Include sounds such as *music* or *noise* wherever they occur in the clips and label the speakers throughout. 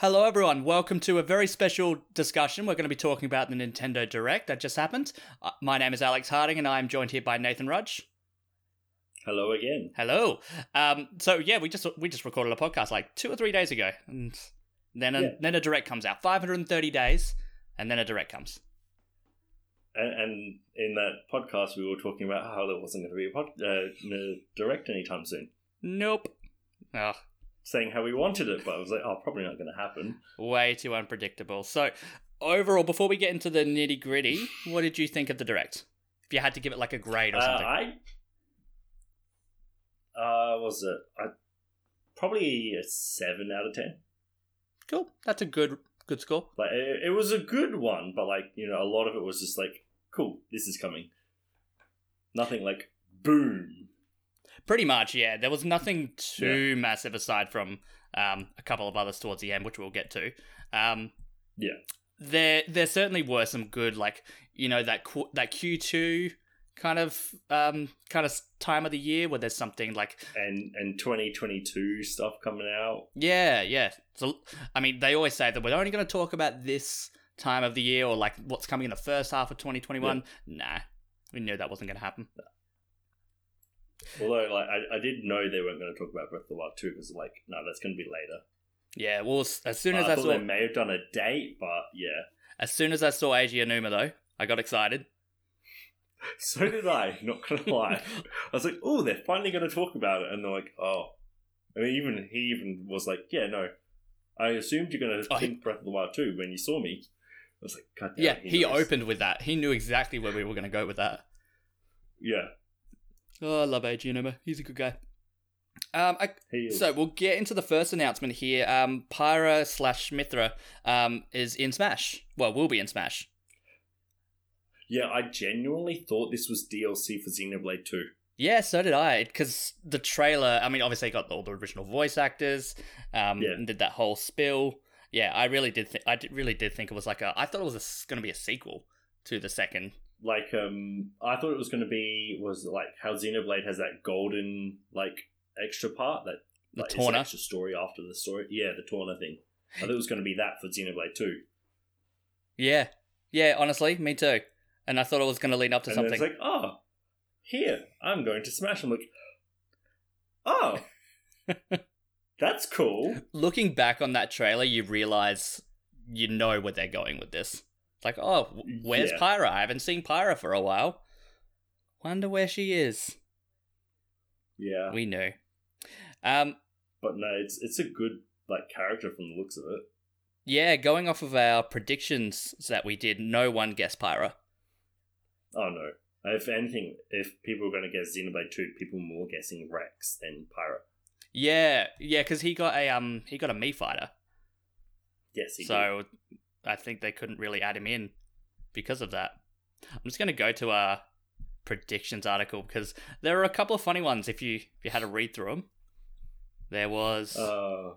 Speaker 1: Hello, everyone. Welcome to a very special discussion. We're going to be talking about the Nintendo Direct that just happened. Uh, My name is Alex Harding, and I'm joined here by Nathan Rudge.
Speaker 2: Hello again.
Speaker 1: Hello. Um, so yeah, we just we just recorded a podcast like two or three days ago, and then a,
Speaker 2: Yeah.
Speaker 1: then a Direct comes out. 530 days, and then a Direct comes.
Speaker 2: And, and in that podcast, we were talking about how there wasn't going to be a pod, uh, no direct anytime soon,
Speaker 1: Nope. Oh,
Speaker 2: saying how we wanted it, but I was like, oh, probably not going to happen.
Speaker 1: way too unpredictable. So overall, before we get into the nitty gritty, what did you think of the Direct? If you had to give it like a grade
Speaker 2: Uh,
Speaker 1: or something.
Speaker 2: I uh, was it I, probably a seven out of ten.
Speaker 1: cool. That's a good good score.
Speaker 2: Like it, it was a good one, but like you know, a lot of it was just like, cool, this is coming. Nothing like boom.
Speaker 1: Pretty much, yeah. There was nothing too massive aside from um, a couple of others towards the end, which we'll get to. Um,
Speaker 2: Yeah.
Speaker 1: There, there certainly were some good, like you know that Q, that Q two kind of um, kind of s- time of the year where there's something like
Speaker 2: And and twenty twenty two stuff coming out.
Speaker 1: yeah, yeah. So I mean, they always say that we're only going to talk about this time of the year or like what's coming in the first half of 2021. Nah, we knew that wasn't going to happen.
Speaker 2: Although, like, I, I did know they weren't going to talk about Breath of the Wild 2 because, like, no, that's going to be later.
Speaker 1: Yeah. Well, as as soon as
Speaker 2: I
Speaker 1: I
Speaker 2: thought
Speaker 1: saw
Speaker 2: they may have done a date, but yeah. *laughs*
Speaker 1: as soon as I saw Asia Numa though, I got excited.
Speaker 2: So did I, not
Speaker 1: *laughs*
Speaker 2: going to lie. I was like, oh, they're finally going to talk about it. And they're like, oh. And even he even was like, yeah, no. I assumed you're going to
Speaker 1: Oh, he-
Speaker 2: think Breath of the Wild 2 when you saw me. I was like, God damn,
Speaker 1: Yeah, he,
Speaker 2: knows."
Speaker 1: opened with that. He knew exactly where we were going to go with that.
Speaker 2: Yeah,
Speaker 1: Oh, I love Ajinoma. He's a good guy. Um, I,
Speaker 2: he is.
Speaker 1: so we'll get into the first announcement here. Um, Pyra slash Mithra um, is in Smash. Well, will be in Smash.
Speaker 2: yeah, I genuinely thought this was DLC for Xenoblade 2.
Speaker 1: Yeah, so did I. Because the trailer, I mean, obviously, it got all the original voice actors. Um,
Speaker 2: Yeah.
Speaker 1: and did that whole spill. Yeah, I really did. Th- I did, really did think it was like a. I thought it was going to be a sequel to the second.
Speaker 2: like um I thought it was gonna be was like how Xenoblade has that golden like extra part that
Speaker 1: The
Speaker 2: like, is an
Speaker 1: Torna.
Speaker 2: extra story after the story. Yeah, the Torna thing. I thought it was gonna be that for Xenoblade two.
Speaker 1: Yeah, yeah. Honestly, me too. And I thought it was going to lead up to
Speaker 2: and
Speaker 1: something.
Speaker 2: then it's like, oh here, I'm going to smash I'm like Oh
Speaker 1: *laughs*
Speaker 2: That's cool.
Speaker 1: looking back on that trailer, you realize you know where they're going with this. It's like, oh, w- where's
Speaker 2: Yeah.
Speaker 1: Pyra? I haven't seen Pyra for a while. Wonder where she is.
Speaker 2: Yeah.
Speaker 1: We knew. Um,
Speaker 2: But no, it's it's a good like character from the looks of it.
Speaker 1: yeah, going off of our predictions that we did, no one guessed Pyra.
Speaker 2: Oh no. If anything, if people were gonna guess Xenoblade two, people more guessing Rex than Pyro.
Speaker 1: Yeah, yeah, because he got a um, he got a Mii fighter,
Speaker 2: Yes, he did.
Speaker 1: so I think they couldn't really add him in because of that. I'm just gonna go to our predictions article because there are a couple of funny ones if you if you had to read through them. There was
Speaker 2: Uh,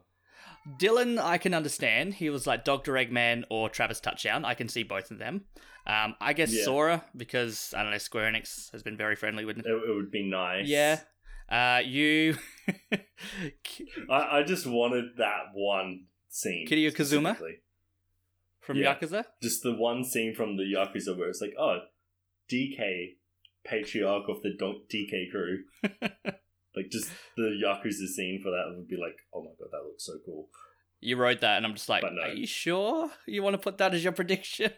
Speaker 1: Dylan, I can understand. He was like Dr. Eggman or Travis Touchdown. I can see both of them. Um, I guess
Speaker 2: Yeah.
Speaker 1: Sora, because I don't know, Square Enix has been very friendly with
Speaker 2: it, it would be nice.
Speaker 1: Yeah. Uh, you. *laughs* K-
Speaker 2: I, I just wanted that one scene.
Speaker 1: Kiryu Kazuma?
Speaker 2: specifically.
Speaker 1: From
Speaker 2: Yeah.
Speaker 1: Yakuza?
Speaker 2: Just the one scene from the Yakuza where it's like, oh, DK, patriarch of the Don-
Speaker 1: *laughs*
Speaker 2: DK crew. like, just the Yakuza scene for that would be like, oh my god, that looks so cool.
Speaker 1: You wrote that, and I'm just like,
Speaker 2: But no.
Speaker 1: are you sure you want to put that as your prediction?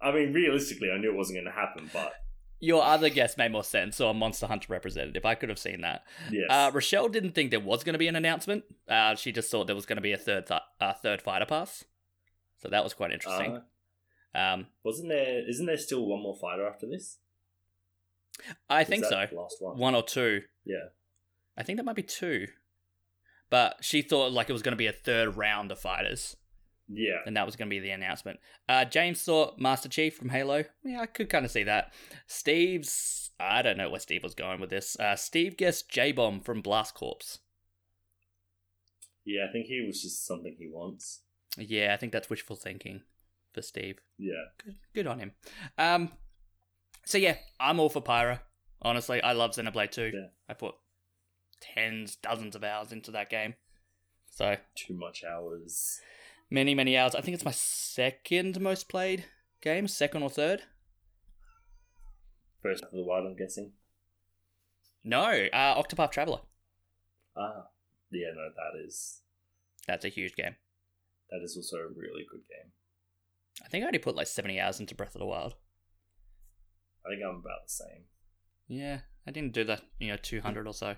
Speaker 2: I mean, realistically, I knew it wasn't going to happen, but
Speaker 1: Your other guess made more sense, or a Monster Hunter representative. I could have seen that.
Speaker 2: yes.
Speaker 1: Uh, Rochelle didn't think there was going to be an announcement. Uh, she just thought there was going to be a third, th- uh, third fighter pass. So that was quite interesting.
Speaker 2: Uh,
Speaker 1: um,
Speaker 2: wasn't there? Isn't there still one more fighter after this?
Speaker 1: I think so.
Speaker 2: Last one.
Speaker 1: One or two.
Speaker 2: Yeah.
Speaker 1: I think that might be two. But she thought like it was going to be a third round of fighters,
Speaker 2: Yeah.
Speaker 1: and that was going to be the announcement. Uh, James thought Master Chief from Halo. Yeah, I could kind of see that. Steve's. I don't know where Steve was going with this. Uh, Steve guessed J Bomb from Blast Corps.
Speaker 2: Yeah. I think he was just something he wants.
Speaker 1: Yeah, I think that's wishful thinking for Steve.
Speaker 2: Yeah.
Speaker 1: Good, good on him. Um, so yeah, I'm all for Pyra. Honestly, I love Xenoblade 2.
Speaker 2: Yeah.
Speaker 1: I thought tens, dozens of hours into that game. So
Speaker 2: Too much hours.
Speaker 1: many, many hours. I think it's my second most played game, second or third.
Speaker 2: First Breath of the Wild, I'm guessing.
Speaker 1: No, uh, Octopath Traveler.
Speaker 2: Ah, yeah, no, that is
Speaker 1: That's a huge game.
Speaker 2: that is also a really good game.
Speaker 1: I think I already put like 70 hours into Breath of the Wild.
Speaker 2: I think I'm about the same.
Speaker 1: Yeah, I didn't do that, you know, 200 or so,
Speaker 2: Yeah,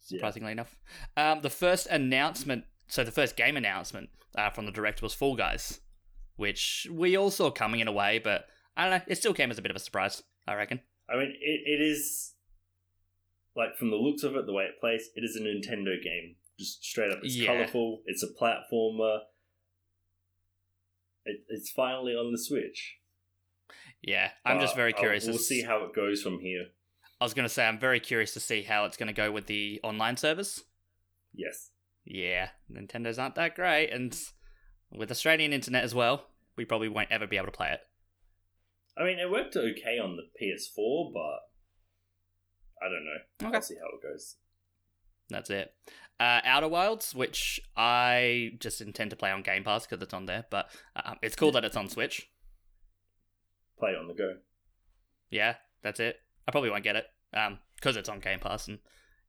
Speaker 1: surprisingly enough. Um, the first announcement, so the first game announcement uh, from the director was Fall Guys, which we all saw coming in a way, but I don't know, it still came as a bit of a surprise, I reckon.
Speaker 2: I mean, it, it is like from the looks of it, the way it plays, it is a Nintendo game. Just straight up, it's
Speaker 1: Yeah.
Speaker 2: colorful. It's a platformer. It, it's finally on the Switch.
Speaker 1: Yeah, I'm just
Speaker 2: But
Speaker 1: very
Speaker 2: I'll-
Speaker 1: curious.
Speaker 2: Uh, oh, We'll
Speaker 1: as-
Speaker 2: see how it goes from here.
Speaker 1: I was going to say, I'm very curious to see how it's going to go with the online service.
Speaker 2: Yes,
Speaker 1: Yeah, Nintendo's aren't that great, and with Australian internet as well, we probably won't ever be able to play it.
Speaker 2: I mean it worked okay on the PS4, but I don't know.
Speaker 1: Okay.
Speaker 2: We'll see how it goes.
Speaker 1: That's it. Uh, Outer Wilds, which I just intend to play on Game Pass because it's on there, but um, it's cool that it's on Switch.
Speaker 2: Play on the go.
Speaker 1: Yeah, that's it. I probably won't get it because it's on Game Pass, and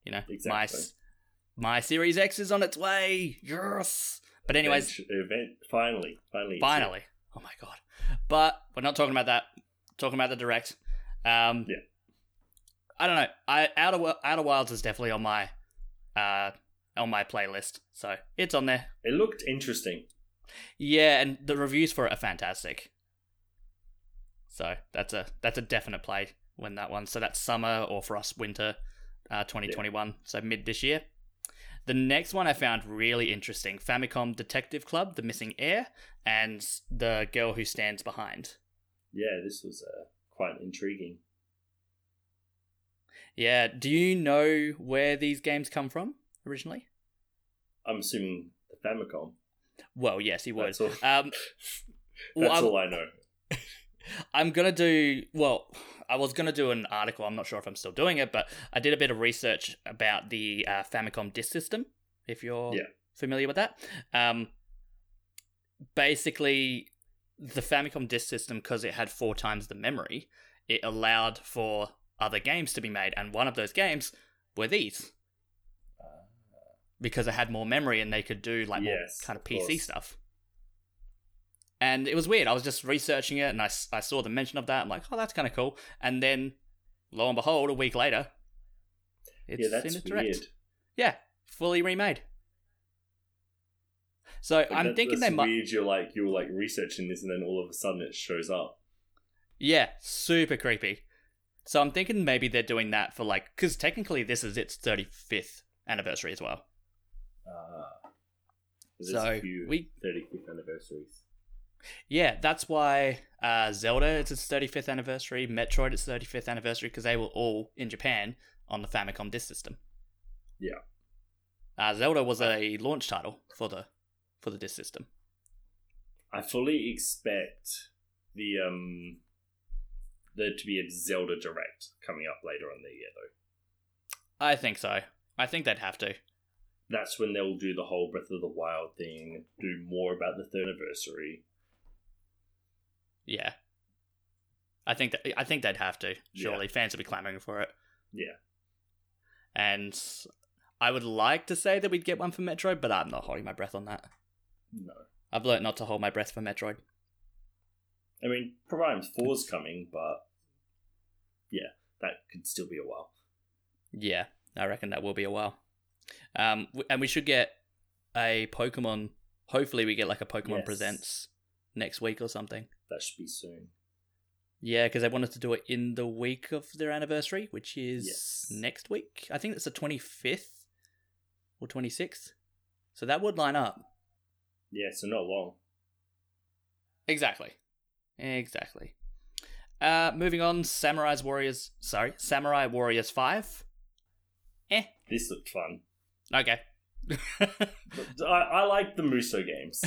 Speaker 1: you know, my
Speaker 2: Exactly.
Speaker 1: s- my Series X is on its way. Yes, but anyways,
Speaker 2: Event- event finally, finally, it's here.
Speaker 1: Finally. Oh my god. But we're not talking about that. Talking about the direct. Um
Speaker 2: Yeah.
Speaker 1: I don't know. I Outer Wi- Outer Wilds is definitely on my uh on my playlist. So it's on there.
Speaker 2: It looked interesting.
Speaker 1: Yeah, and the reviews for it are fantastic. So that's a that's a definite play when that one. So that's summer or for us winter uh, 2021. So mid this year. The next one I found really interesting: Famicom Detective Club, The Missing Heir, and the girl who stands behind.
Speaker 2: Yeah, this was uh, quite intriguing.
Speaker 1: Yeah. Do you know where these games come from originally?
Speaker 2: I'm assuming the Famicom.
Speaker 1: Well, yes, he was.
Speaker 2: That's all.
Speaker 1: Um, *laughs* well,
Speaker 2: That's
Speaker 1: I'm-
Speaker 2: all I know.
Speaker 1: I'm gonna do well. I was gonna do an article. I'm not sure if I'm still doing it, but I did a bit of research about the uh, Famicom disk system. If you're
Speaker 2: Yeah.
Speaker 1: familiar with that, um, basically the Famicom disk system, because it had four times the memory, it allowed for other games to be made, and one of those games were these
Speaker 2: Uh,
Speaker 1: because it had more memory and they could do like more
Speaker 2: Yes,
Speaker 1: kind of
Speaker 2: of
Speaker 1: PC
Speaker 2: course.
Speaker 1: stuff. And it was weird. I was just researching it and I, s- I saw the mention of that. I'm like, oh, that's kind of cool. And then, lo and behold, a week later, it's
Speaker 2: yeah,
Speaker 1: in
Speaker 2: that's
Speaker 1: a
Speaker 2: weird.
Speaker 1: direct. Yeah, fully remade. So
Speaker 2: Like,
Speaker 1: I'm
Speaker 2: that-
Speaker 1: thinking they
Speaker 2: that's
Speaker 1: might.
Speaker 2: Weird. You're like you're like researching this, and then all of a sudden it shows up.
Speaker 1: Yeah, super creepy. So I'm thinking maybe they're doing that for like. Because technically, this is its 35th anniversary as well.
Speaker 2: Uh, there's
Speaker 1: So
Speaker 2: a few
Speaker 1: we
Speaker 2: 35th anniversaries.
Speaker 1: Yeah, that's why uh, Zelda it's its 35th anniversary, Metroid its 35th anniversary because they were all in Japan on the Famicom disk system.
Speaker 2: Yeah.
Speaker 1: Uh, Zelda was a launch title for the for the disk system.
Speaker 2: I fully expect the um there to be a Zelda Direct coming up later on the year, though.
Speaker 1: I think so. I think they'd have to.
Speaker 2: That's when they'll do the whole Breath of the Wild thing, do more about the third anniversary.
Speaker 1: Yeah. I think that I think they'd have to. Surely fans would be clamoring for it.
Speaker 2: Yeah.
Speaker 1: And I would like to say that we'd get one for Metroid, but I'm not holding my breath on that.
Speaker 2: No.
Speaker 1: I've learnt not to hold my breath for Metroid.
Speaker 2: I mean, Prime 4's coming, but yeah, that could still be a while.
Speaker 1: Yeah, I reckon that will be a while. Um, w- and we should get a Pokemon. Hopefully, we get like a Pokemon
Speaker 2: Yes.
Speaker 1: Presents next week or something.
Speaker 2: That should be soon.
Speaker 1: Yeah, because they wanted to do it in the week of their anniversary, which is
Speaker 2: Yes.
Speaker 1: next week. I think it's the twenty fifth or twenty sixth. So that would line up
Speaker 2: Yeah, so not long.
Speaker 1: exactly. Exactly. Uh, moving on, Samurai's Warriors. Sorry, Samurai Warriors Five. Eh,
Speaker 2: This looked fun.
Speaker 1: okay. *laughs*
Speaker 2: But I, I like the Muso
Speaker 1: *laughs*
Speaker 2: games,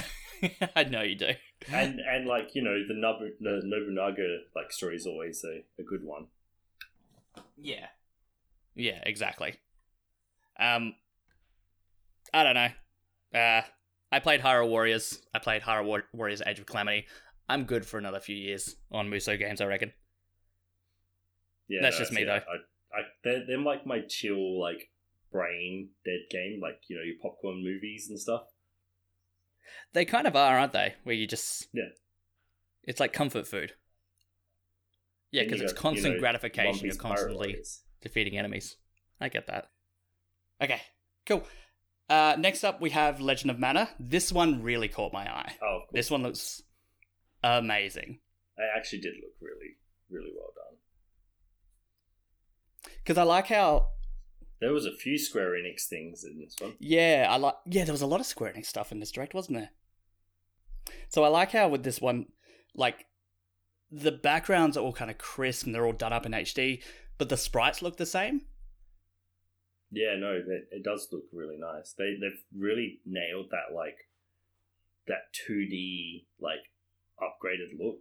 Speaker 1: I know you do.
Speaker 2: and and like you know the Nobu, the Nobunaga like story is always a, a good one.
Speaker 1: Yeah. Yeah, exactly. Um, I don't know. Uh, I played Hyrule Warriors. I played Hyrule War- Warriors Age of Calamity. I'm good for another few years on Muso games, I reckon.
Speaker 2: Yeah,
Speaker 1: That's just me,
Speaker 2: yeah, I, I, they're, they're like my chill, like brain dead game, like you know your popcorn movies and stuff.
Speaker 1: They kind of are, aren't they? Where you just
Speaker 2: Yeah.
Speaker 1: it's like comfort food. Yeah,
Speaker 2: And you
Speaker 1: because it's
Speaker 2: got, you
Speaker 1: constant
Speaker 2: know, One
Speaker 1: gratification. You're
Speaker 2: Piece Pirate
Speaker 1: constantly
Speaker 2: Warriors.
Speaker 1: defeating enemies. I get that. Okay, cool. Uh, next up, we have Legend of Mana. This one really caught my eye.
Speaker 2: Oh, of course.
Speaker 1: This one looks amazing
Speaker 2: it actually did look really, really well done.
Speaker 1: because I like how
Speaker 2: There was a few Square Enix things in this one.
Speaker 1: Yeah, I like. Yeah, there was a lot of Square Enix stuff in this direct, wasn't there? So I like how with this one, like, the backgrounds are all kind of crisp and they're all done up in HD, but the sprites look the same.
Speaker 2: Yeah, no, it, it does look really nice. They they've really nailed that like that two D like upgraded look.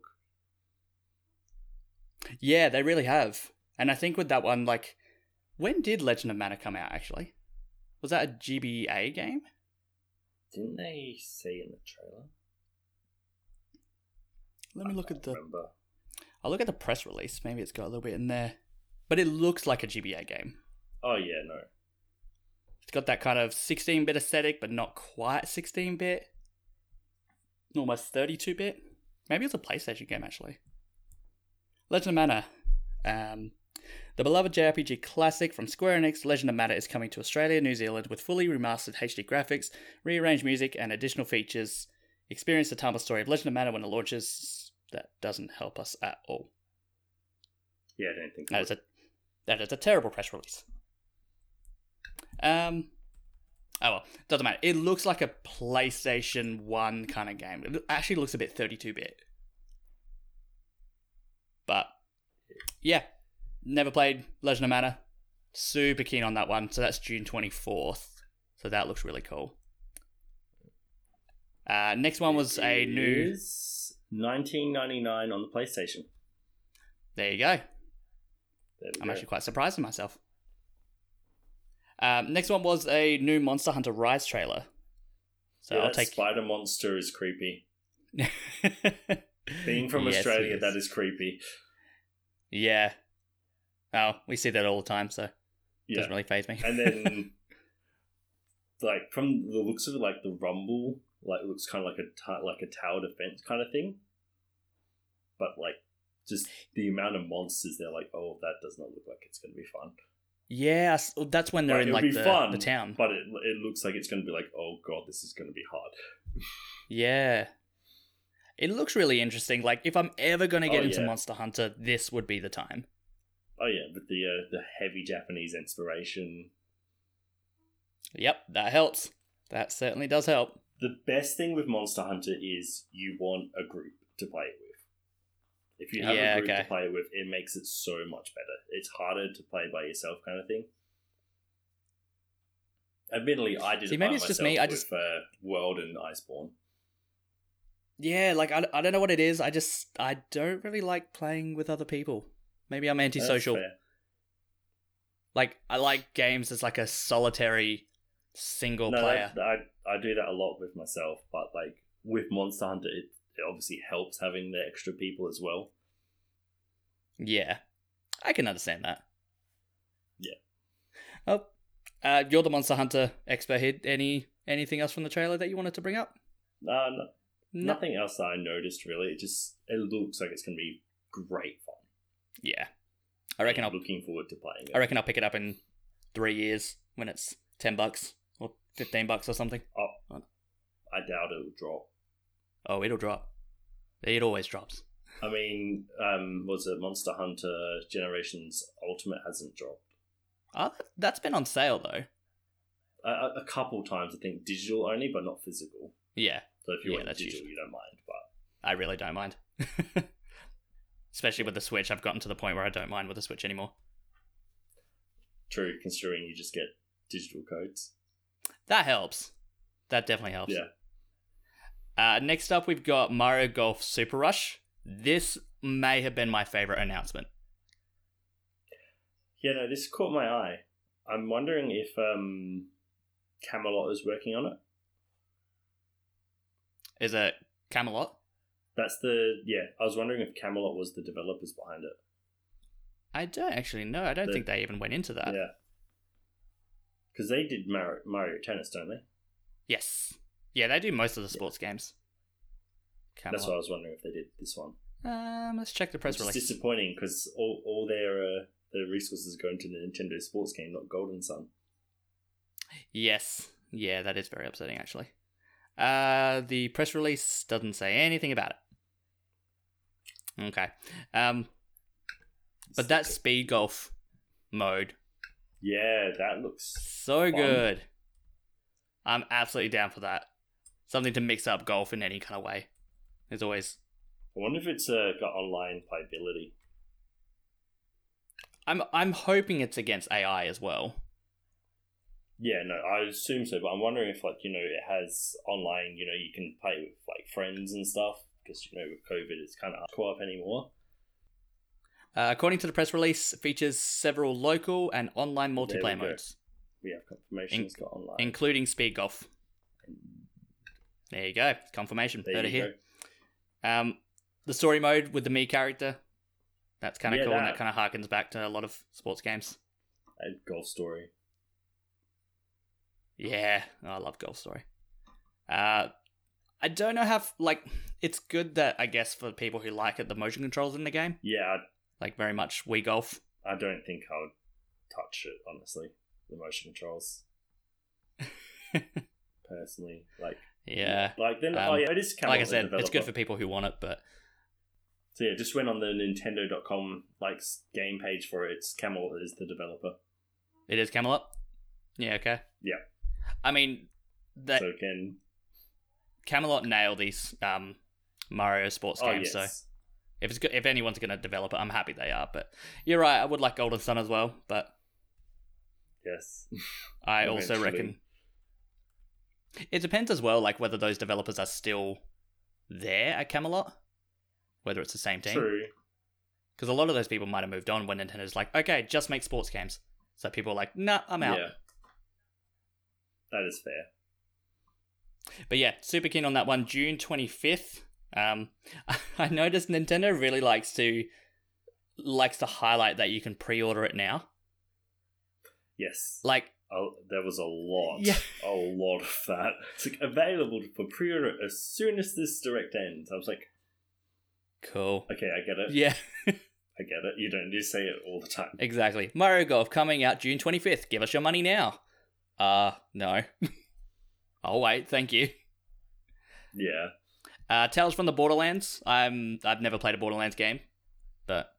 Speaker 1: Yeah, they really have. And I think with that one, like, when did Legend of Mana come out? Actually, was that a GBA game?
Speaker 2: Didn't they say in the trailer?
Speaker 1: Let me
Speaker 2: I
Speaker 1: look
Speaker 2: can't
Speaker 1: at the.
Speaker 2: remember.
Speaker 1: I'll look at the press release. Maybe it's got a little bit in there, but it looks like a GBA game.
Speaker 2: Oh yeah, no.
Speaker 1: It's got that kind of 16 bit aesthetic, but not quite 16 bit. Almost 32 bit. Maybe it's a PlayStation game, actually. Legend of Mana. Um, the beloved JRPG classic from Square Enix, Legend of Mana is coming to Australia and New Zealand with fully remastered HD graphics, rearranged music, and additional features. Experience the timeless story of Legend of Mana when it launches. That doesn't help us at all.
Speaker 2: Yeah, I don't think
Speaker 1: That is a that is a terrible press release. Um Oh well, doesn't matter. It looks like a PlayStation 1 kind of game. It actually looks a bit 32 bit. But yeah, never played Legend of Mana. Super keen on that one. So that's June 24th. So that looks really cool. Uh, next one was a new.
Speaker 2: 1999 on the PlayStation.
Speaker 1: There you go.
Speaker 2: There we
Speaker 1: I'm
Speaker 2: go.
Speaker 1: actually quite surprised with myself. Um, next one was a new Monster Hunter Rise trailer. So
Speaker 2: Yeah,
Speaker 1: I'll
Speaker 2: that
Speaker 1: take. *laughs*
Speaker 2: Spider Monster is creepy. Being from
Speaker 1: *laughs* Yes, it
Speaker 2: Australia, that is creepy.
Speaker 1: Yeah. Oh, we see that all the time, so it
Speaker 2: Yeah.
Speaker 1: doesn't really phase me.
Speaker 2: and then *laughs* like from the looks of it, like the rumble, like it looks kind of like a t- like a tower defense kind of thing. But like just the amount of monsters, they're like, oh, that does not look like it's going to be fun.
Speaker 1: yeah, I s- that's when they're
Speaker 2: Like,
Speaker 1: in
Speaker 2: it'll
Speaker 1: like
Speaker 2: be
Speaker 1: the,
Speaker 2: fun,
Speaker 1: the town.
Speaker 2: But it it looks like it's going to be like, oh god, this is going to be hard.
Speaker 1: Yeah. It looks really interesting. Like, if I'm ever going to get
Speaker 2: Oh,
Speaker 1: into
Speaker 2: yeah.
Speaker 1: Monster Hunter, this would be the time.
Speaker 2: Oh yeah, but the uh, the heavy Japanese inspiration.
Speaker 1: Yep, that helps. That certainly does help.
Speaker 2: The best thing with Monster Hunter is you want a group to play it with. If you have
Speaker 1: Yeah,
Speaker 2: a group
Speaker 1: okay.
Speaker 2: to play it with, it makes it so much better. It's harder to play by yourself, kind of thing. Admittedly, I did.
Speaker 1: See,
Speaker 2: it
Speaker 1: maybe
Speaker 2: by
Speaker 1: it's just
Speaker 2: myself
Speaker 1: me, I
Speaker 2: with,
Speaker 1: just-
Speaker 2: uh, World and Iceborne.
Speaker 1: Yeah, like I, I don't know what it is. I just I don't really like playing with other people. Maybe I'm
Speaker 2: That's
Speaker 1: antisocial.
Speaker 2: fair.
Speaker 1: Like I like games as like a solitary single
Speaker 2: No,
Speaker 1: player.
Speaker 2: that- I I do that a lot with myself, but like with Monster Hunter, it, it obviously helps having the extra people as well.
Speaker 1: Yeah. I can understand that.
Speaker 2: Yeah.
Speaker 1: Oh. Uh, you're the Monster Hunter expert here. Any anything else from the trailer that you wanted to bring up?
Speaker 2: Uh, no,
Speaker 1: No.
Speaker 2: Nothing else that I noticed really. It just it looks like it's gonna be great fun.
Speaker 1: Yeah. I reckon I'll
Speaker 2: I'm looking forward to playing it.
Speaker 1: I reckon I'll pick it up in three years when it's ten bucks or fifteen bucks or something.
Speaker 2: I doubt it'll drop.
Speaker 1: Oh, it'll drop. It always drops.
Speaker 2: I mean, um, was it Monster Hunter Generations Ultimate hasn't dropped
Speaker 1: Oh, that- that's been on sale though.
Speaker 2: a, a- a couple times. I think digital only, but not physical.
Speaker 1: Yeah.
Speaker 2: So if you
Speaker 1: Yeah,
Speaker 2: want
Speaker 1: that's
Speaker 2: digital,
Speaker 1: usual.
Speaker 2: you don't mind. But
Speaker 1: I really don't mind. *laughs* Especially with the Switch, I've gotten to the point where I don't mind with the Switch anymore.
Speaker 2: true, considering you just get digital codes.
Speaker 1: That helps. That definitely helps.
Speaker 2: Yeah.
Speaker 1: Uh, next up, we've got Mario Golf Super Rush. This may have been my favorite announcement.
Speaker 2: Yeah, no, this caught my eye. I'm wondering if um, Camelot is working on it.
Speaker 1: Is it Camelot?
Speaker 2: That's the yeah. I was wondering if Camelot was the developers behind it.
Speaker 1: I don't actually know. I don't
Speaker 2: The-
Speaker 1: think they even went into that.
Speaker 2: yeah, because they did Mario, Mario Tennis, don't they?
Speaker 1: Yes. Yeah, they do most of the sports games. Camelot.
Speaker 2: That's why I was wondering if they did this one.
Speaker 1: Um, let's check the press
Speaker 2: It's
Speaker 1: release.
Speaker 2: disappointing because all, all their uh, their resources go into the Nintendo sports game, not Golden Sun.
Speaker 1: Yes. Yeah, that is very upsetting, actually. Uh, the press release doesn't say anything about it. Okay. Um, but that speed golf mode,
Speaker 2: yeah, that looks
Speaker 1: so
Speaker 2: Fun.
Speaker 1: good. I'm absolutely down for that. Something to mix up golf in any kind of way. There's always.
Speaker 2: I wonder if it's uh, got online playability.
Speaker 1: I'm I'm hoping it's against AI as well.
Speaker 2: Yeah, no, I assume so, but I'm wondering if, like, you know, it has online, you know, you can play with, like, friends and stuff, because, you know, with COVID, it's kind of hard to co op anymore.
Speaker 1: Uh, according to the press release, features several local and online
Speaker 2: There we
Speaker 1: multiplayer
Speaker 2: go.
Speaker 1: modes,
Speaker 2: We have confirmation
Speaker 1: In-
Speaker 2: it's got online.
Speaker 1: including speed golf. There you go, confirmation.
Speaker 2: There
Speaker 1: Heard
Speaker 2: you
Speaker 1: it here. Um, the story mode with the me character. That's kind of
Speaker 2: Yeah,
Speaker 1: cool, and that
Speaker 2: that.
Speaker 1: kind of harkens back to a lot of sports games.
Speaker 2: go. And golf story.
Speaker 1: Yeah, Oh, I love Golf Story. Uh, I don't know how f- like it's good that I guess for people who like it, the motion controls in the game
Speaker 2: Yeah,
Speaker 1: like very much Wii Golf.
Speaker 2: I, I don't think I would touch it, honestly. The motion
Speaker 1: *laughs*
Speaker 2: controls. Personally, like,
Speaker 1: Yeah,
Speaker 2: like then,
Speaker 1: Um,
Speaker 2: oh yeah, it Mm. is kind
Speaker 1: like I
Speaker 2: of
Speaker 1: said, it's good
Speaker 2: developer.
Speaker 1: for people who want it, but
Speaker 2: So yeah, just went on the Nintendo.com like s- game page for it. It's Camel is the developer.
Speaker 1: it is Camelot. Yeah, okay.
Speaker 2: Yeah.
Speaker 1: I mean, that
Speaker 2: so again,
Speaker 1: Camelot nailed these um, Mario sports
Speaker 2: oh
Speaker 1: games,
Speaker 2: yes,
Speaker 1: so If it's go- if anyone's going to develop it, I'm happy they are. But you're right. I would like Golden Sun as well, but *laughs*
Speaker 2: yes,
Speaker 1: I also
Speaker 2: Eventually.
Speaker 1: reckon it depends as well, like whether those developers are still there at Camelot, whether it's the same team.
Speaker 2: true.
Speaker 1: Because a lot of those people might have moved on when Nintendo's like, okay, just make sports games. So people are like, nah, I'm out.
Speaker 2: Yeah, that is fair.
Speaker 1: But yeah, super keen on that one. June 25th. Um, *laughs* I noticed Nintendo really likes to likes to highlight that you can pre-order it now.
Speaker 2: Yes,
Speaker 1: Like
Speaker 2: oh, there was a lot,
Speaker 1: Yeah.
Speaker 2: a lot of that. It's like available for pre-order as soon as this direct ends. I was like,
Speaker 1: cool.
Speaker 2: okay, I get it,
Speaker 1: Yeah.
Speaker 2: I get it. You don't you say it all the time.
Speaker 1: *laughs* Exactly. Mario Golf coming out June 25th. Give us your money now. Uh, no. *laughs* I'll wait. Thank you.
Speaker 2: Yeah,
Speaker 1: Uh, Tales from the Borderlands. I'm I've never played a Borderlands game, but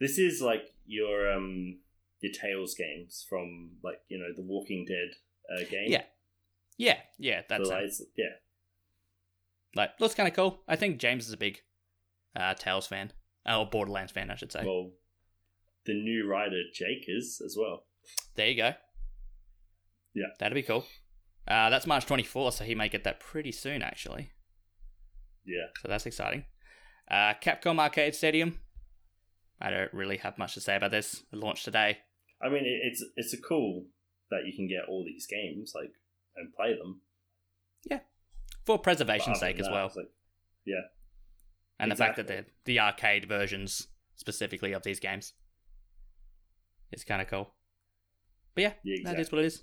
Speaker 2: this is like your um your Tales games from like you know the Walking Dead uh, game.
Speaker 1: Yeah, yeah, yeah, that's
Speaker 2: So, like,
Speaker 1: it.
Speaker 2: it's- yeah.
Speaker 1: Like, looks kind of cool. I think James is a big uh, Tales fan. Oh, Borderlands fan, I should say.
Speaker 2: Well, the new rider Jake is as well.
Speaker 1: there you go.
Speaker 2: Yeah.
Speaker 1: That'd be cool. Uh, that's March 24th, so he may get that pretty soon, actually.
Speaker 2: Yeah,
Speaker 1: So that's exciting. Uh, Capcom Arcade Stadium. I don't really have much to say about this. It launched today.
Speaker 2: I mean it, it's it's a cool that you can get all these games like and play them.
Speaker 1: for
Speaker 2: But
Speaker 1: preservation's
Speaker 2: other than
Speaker 1: sake as
Speaker 2: that,
Speaker 1: well,
Speaker 2: it's like,
Speaker 1: and the fact that
Speaker 2: exactly.
Speaker 1: they're the arcade versions specifically of these games is kind of cool. But yeah,
Speaker 2: yeah,
Speaker 1: that
Speaker 2: exactly.
Speaker 1: is what it is.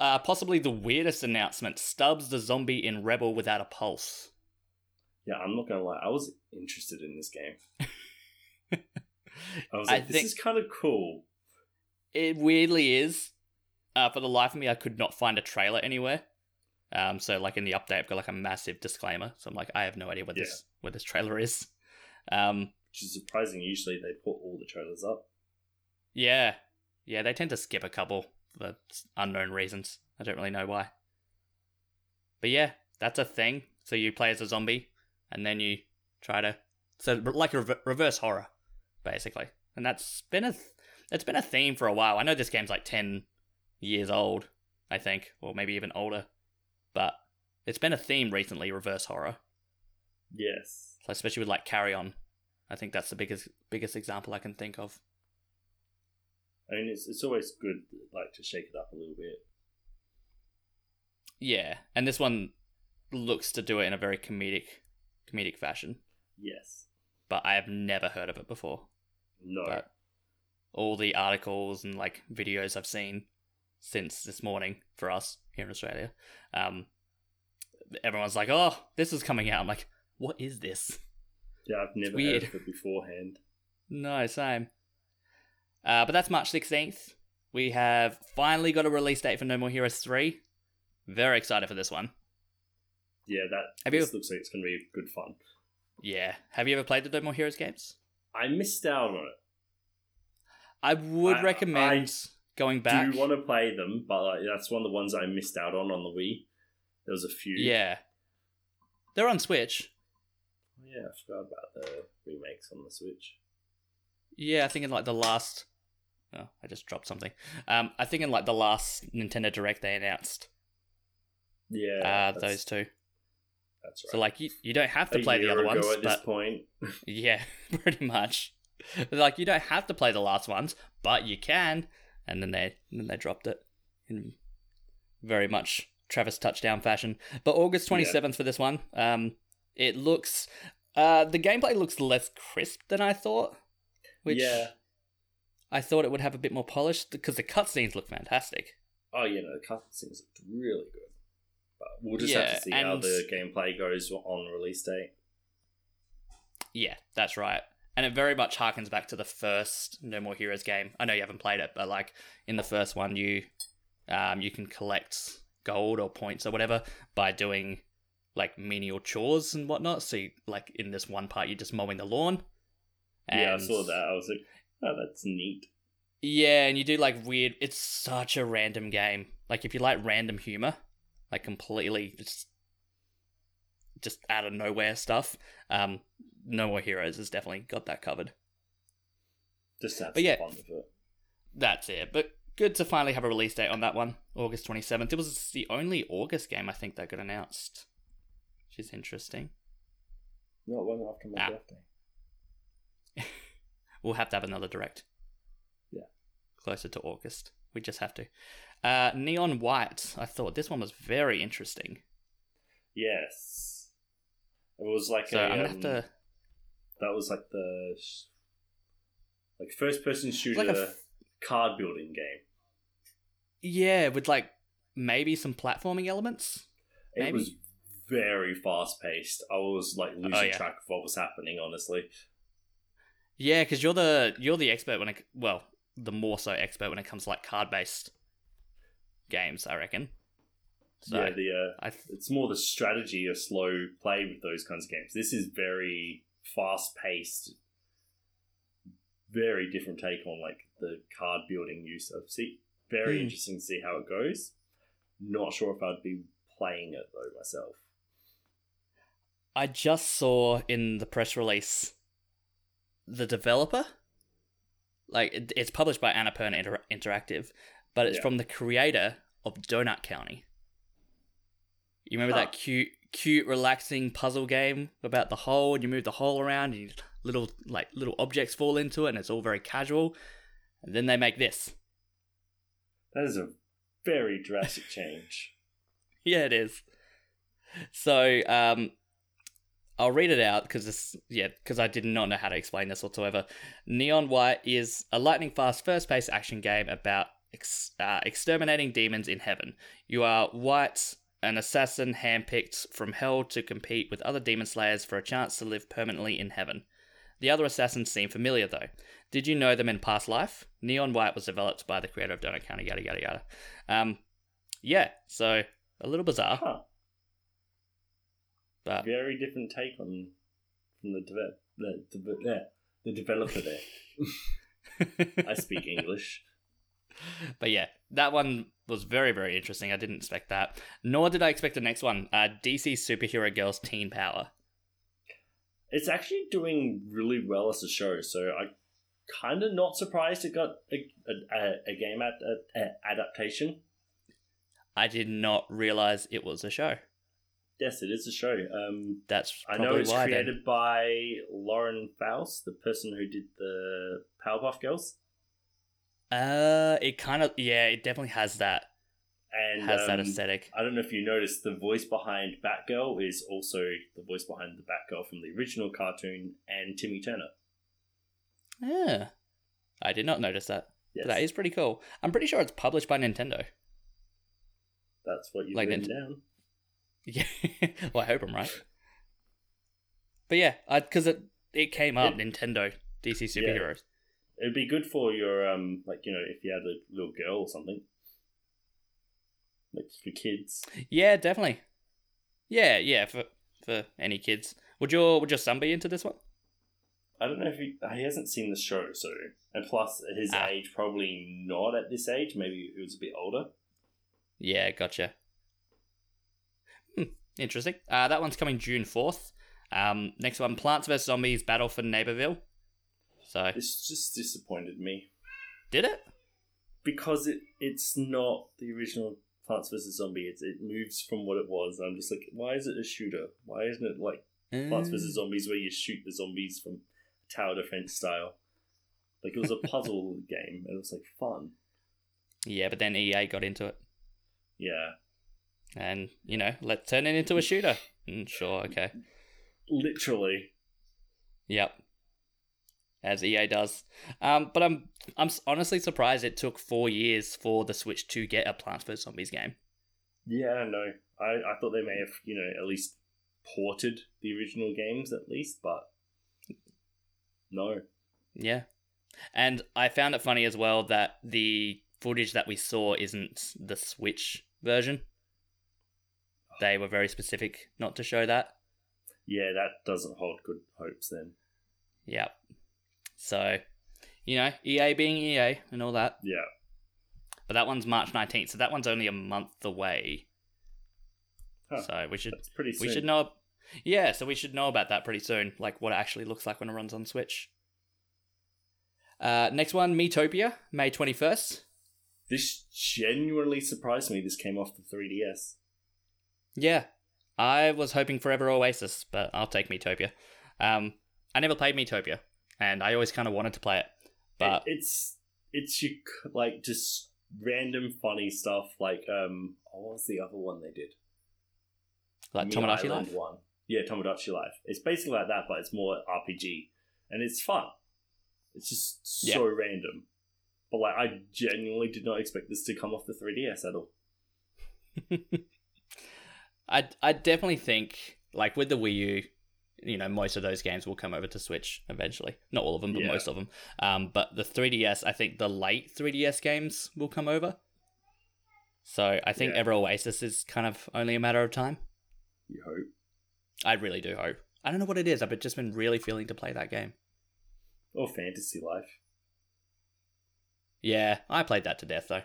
Speaker 1: Uh, possibly the weirdest announcement: Stubbs the zombie in Rebel without a pulse.
Speaker 2: Yeah, I'm not gonna lie. I was interested in this
Speaker 1: *laughs*
Speaker 2: game. I was
Speaker 1: I
Speaker 2: like, this
Speaker 1: think-
Speaker 2: is kind of cool.
Speaker 1: It weirdly is. Uh, for the life of me, I could not find a trailer anywhere. Um, so like in the update, I've got like a massive disclaimer. So I'm like, I have no idea what
Speaker 2: Yeah.
Speaker 1: this what this trailer is. Um,
Speaker 2: Which is surprising. Usually they put all the trailers up.
Speaker 1: Yeah. Yeah, they tend to skip a couple for unknown reasons. I don't really know why. But yeah, that's a thing. So you play as a zombie and then you try to so like a rever- reverse horror basically. And that's been a th- it's been a theme for a while. I know this game's like 10 years old, I think, or maybe even older. But it's been a theme recently, reverse horror,
Speaker 2: Yes.
Speaker 1: So especially with like Carry On. I think that's the biggest biggest example I can think of.
Speaker 2: I mean, it's it's always good like to shake it up a little bit.
Speaker 1: Yeah, and this one looks to do it in a very comedic, comedic fashion.
Speaker 2: Yes.
Speaker 1: But I have never heard of it before.
Speaker 2: No.
Speaker 1: But all the articles and like videos I've seen since this morning for us here in Australia, um, everyone's like, "Oh, this is coming out." I'm like, "What is this?" *laughs*
Speaker 2: yeah, I've never
Speaker 1: weird.
Speaker 2: heard of it beforehand.
Speaker 1: No, same. Uh, but that's March 16th. We have finally got a release date for No More Heroes 3. Very excited for this one.
Speaker 2: Yeah, that
Speaker 1: Have
Speaker 2: this looks like it's gonna be good fun.
Speaker 1: Yeah. Have you ever played the No More Heroes games?
Speaker 2: I missed out on it.
Speaker 1: I would
Speaker 2: I-
Speaker 1: recommend going back.
Speaker 2: Do want to play them, but like, that's one of the ones I missed out on on the Wii. There was a few.
Speaker 1: Yeah. They're on Switch.
Speaker 2: Oh, Yeah, I forgot about the remakes on the Switch.
Speaker 1: Yeah, I think in like the last. Oh, I just dropped something. Um, I think in like the last Nintendo Direct they announced
Speaker 2: Yeah,
Speaker 1: uh,
Speaker 2: that's,
Speaker 1: those two.
Speaker 2: That's right.
Speaker 1: So like you, you don't have to
Speaker 2: a
Speaker 1: play the
Speaker 2: year
Speaker 1: other
Speaker 2: ago
Speaker 1: ones,
Speaker 2: at
Speaker 1: but
Speaker 2: this point.
Speaker 1: Yeah, *laughs* pretty much. Like you don't have to play the last ones, but you can. And then they then they dropped it in very much Travis touchdown fashion. But August twenty seventh for this one. Um, it looks uh the gameplay looks less crisp than I thought. Which
Speaker 2: Yeah.
Speaker 1: I thought it would have a bit more polish because the cutscenes look fantastic.
Speaker 2: Oh, you know, the cutscenes looked really good. But we'll just have
Speaker 1: Yeah,
Speaker 2: to see how
Speaker 1: and-
Speaker 2: the gameplay goes on release date.
Speaker 1: Yeah, that's right. And it very much harkens back to the first No More Heroes game. I know you haven't played it, but like in the first one, you um, you can collect gold or points or whatever by doing like menial chores and whatnot. So you, like in this one part, you're just mowing the lawn.
Speaker 2: Yeah, I
Speaker 1: And-
Speaker 2: saw that. I was like, oh, that's neat.
Speaker 1: Yeah, and you do like weird. It's such a random game. Like if you like random humor, like completely just just out of nowhere stuff. Um, No More Heroes has definitely got that covered.
Speaker 2: Just have
Speaker 1: But yeah.
Speaker 2: fun with it.
Speaker 1: That's it. But good to finally have a release date on that one, August 27th. It was the only August game I think that got announced, which is interesting.
Speaker 2: Not long after my
Speaker 1: Ah.
Speaker 2: birthday.
Speaker 1: We'll have to have another direct.
Speaker 2: Yeah.
Speaker 1: Closer to August. We just have to. Uh, Neon White. I thought this one was very interesting.
Speaker 2: Yes. It was like
Speaker 1: So
Speaker 2: a.
Speaker 1: I'm going to
Speaker 2: um,
Speaker 1: have to.
Speaker 2: That was like the. sh- Like first person shooter
Speaker 1: Like a f-
Speaker 2: card building game.
Speaker 1: Yeah, with like maybe some platforming elements.
Speaker 2: It
Speaker 1: Maybe. Oh,
Speaker 2: was very fast paced. I was like losing
Speaker 1: yeah.
Speaker 2: track of what was happening, honestly.
Speaker 1: Yeah, because you're the you're the expert when it well the more so expert when it comes to like card based games, I reckon. So
Speaker 2: yeah, the uh,
Speaker 1: I th-
Speaker 2: it's more the strategy of slow play with those kinds of games. This is very fast paced, very different take on like the card building use of see. Very
Speaker 1: Hmm.
Speaker 2: interesting to see how it goes. Not sure if I'd be playing it though myself.
Speaker 1: I just saw in the press release the developer, like it, it's published by Annapurna Inter- Interactive, but it's
Speaker 2: Yeah.
Speaker 1: from the creator of Donut County. You remember
Speaker 2: Huh.
Speaker 1: that cute, cute, relaxing puzzle game about the hole, and you move the hole around, and you, little like little objects fall into it, and it's all very casual. And then they make this. *laughs*
Speaker 2: That is a very drastic change.
Speaker 1: yeah, it is. So, um, I'll read it out because this, yeah, because I did not know how to explain this whatsoever. Neon White is a lightning fast, first paced action game about ex- uh, exterminating demons in heaven. You are White, an assassin handpicked from hell to compete with other demon slayers for a chance to live permanently in heaven. The other assassins seem familiar though. Did you know them in past life? Neon White was developed by the creator of Donut County, yada yada yada. Um, yeah, so a little bizarre,
Speaker 2: Huh.
Speaker 1: but
Speaker 2: Very different take on from the develop the, the, there, the developer there.
Speaker 1: *laughs*
Speaker 2: I speak English.
Speaker 1: but yeah, that one was very, very interesting. I didn't expect that. Nor did I expect the next one uh, DC Superhero Girls Teen Power.
Speaker 2: It's actually doing really well as a show, so I kind of not surprised it got a, a, a, a game ad, a, a- adaptation.
Speaker 1: I did not realize it was a show.
Speaker 2: Yes, it is a show. Um,
Speaker 1: That's
Speaker 2: I
Speaker 1: probably
Speaker 2: know it's
Speaker 1: why. then.
Speaker 2: created by Lauren Faust, the person who did the Powerpuff Girls.
Speaker 1: Uh, it kind of yeah, it definitely has that
Speaker 2: And
Speaker 1: has that
Speaker 2: um,
Speaker 1: aesthetic.
Speaker 2: I don't know if you noticed, the voice behind Batgirl is also the voice behind the Batgirl from the original cartoon and Timmy Turner.
Speaker 1: Yeah, I did not notice that.
Speaker 2: Yes,
Speaker 1: But that is pretty cool. I'm pretty sure it's published by Nintendo. *laughs*
Speaker 2: that's what you've
Speaker 1: like
Speaker 2: written
Speaker 1: Nint-
Speaker 2: down.
Speaker 1: Yeah, well, I hope I'm right. But yeah, because it it came up Nintendo DC
Speaker 2: Yeah.
Speaker 1: superheroes.
Speaker 2: It'd be good for your um, like you know, if you had a little girl or something, like for kids.
Speaker 1: Yeah. definitely. Yeah, yeah, for for any kids. Would your would your son be into this one?
Speaker 2: I don't know if he, he hasn't seen the show, so and plus at his
Speaker 1: Ah.
Speaker 2: age probably not at this age. Maybe he was a bit older.
Speaker 1: Yeah, gotcha. Hmm, interesting. Uh, that one's coming June fourth. Um, next one, Plants vs Zombies: Battle for Neighborville. So
Speaker 2: This just disappointed me
Speaker 1: did it?
Speaker 2: because it it's not the original Plants vs Zombie. It's, it moves from what it was. I'm just like, why is it a shooter? Why isn't it like Plants vs
Speaker 1: Mm.
Speaker 2: Zombies where you shoot the zombies from tower defense style? Like it was a puzzle game and it was like fun.
Speaker 1: Yeah, but then EA got into it,
Speaker 2: Yeah,
Speaker 1: and you know, let's turn it into a shooter. Mm, sure, okay.
Speaker 2: literally.
Speaker 1: Yep. As EA does. Um, but I'm I'm s- honestly surprised it took four years for the Switch to get a Plants vs Zombies game.
Speaker 2: Yeah, no. I, I thought they may have, you know, at least ported the original games at least, but no.
Speaker 1: Yeah. And I found it funny as well that the footage that we saw isn't the Switch version. They were very specific not to show that.
Speaker 2: Yeah, that doesn't hold good hopes then.
Speaker 1: Yep. So, you know, EA being EA and all that.
Speaker 2: Yeah.
Speaker 1: But that one's March 19th, so that one's only a month away.
Speaker 2: Huh.
Speaker 1: So we should
Speaker 2: That's pretty soon.
Speaker 1: We should know. Yeah, so we should know about that pretty soon, like what it actually looks like when it runs on Switch. Uh, next one, Metopia, May 21st.
Speaker 2: This genuinely surprised me. This came off the 3DS.
Speaker 1: Yeah, I was hoping Forever Oasis, but I'll take Metopia. Um, I never played Metopia, and I always kind of wanted to play it, but
Speaker 2: It- it's it's you c- like just random funny stuff like um oh, what was the other one they did?
Speaker 1: like
Speaker 2: Me
Speaker 1: Tomodachi
Speaker 2: Island
Speaker 1: Life.
Speaker 2: one. Yeah, Tomodachi Life. It's basically like that, but it's more RPG, and it's fun. It's just so random, but like I genuinely did not expect this to come off the 3DS at all.
Speaker 1: I I definitely think like with the Wii U, you know, most of those games will come over to Switch eventually. Not all of them, but
Speaker 2: Yeah.
Speaker 1: most of them. Um, but the 3DS, I think the late 3DS games will come over. So I think
Speaker 2: Yeah.
Speaker 1: Ever Oasis is kind of only a matter of time.
Speaker 2: You hope?
Speaker 1: I really do hope. I don't know what it is. I've just been really feeling to play that game.
Speaker 2: Or Fantasy Life?
Speaker 1: Yeah, I played that to death though.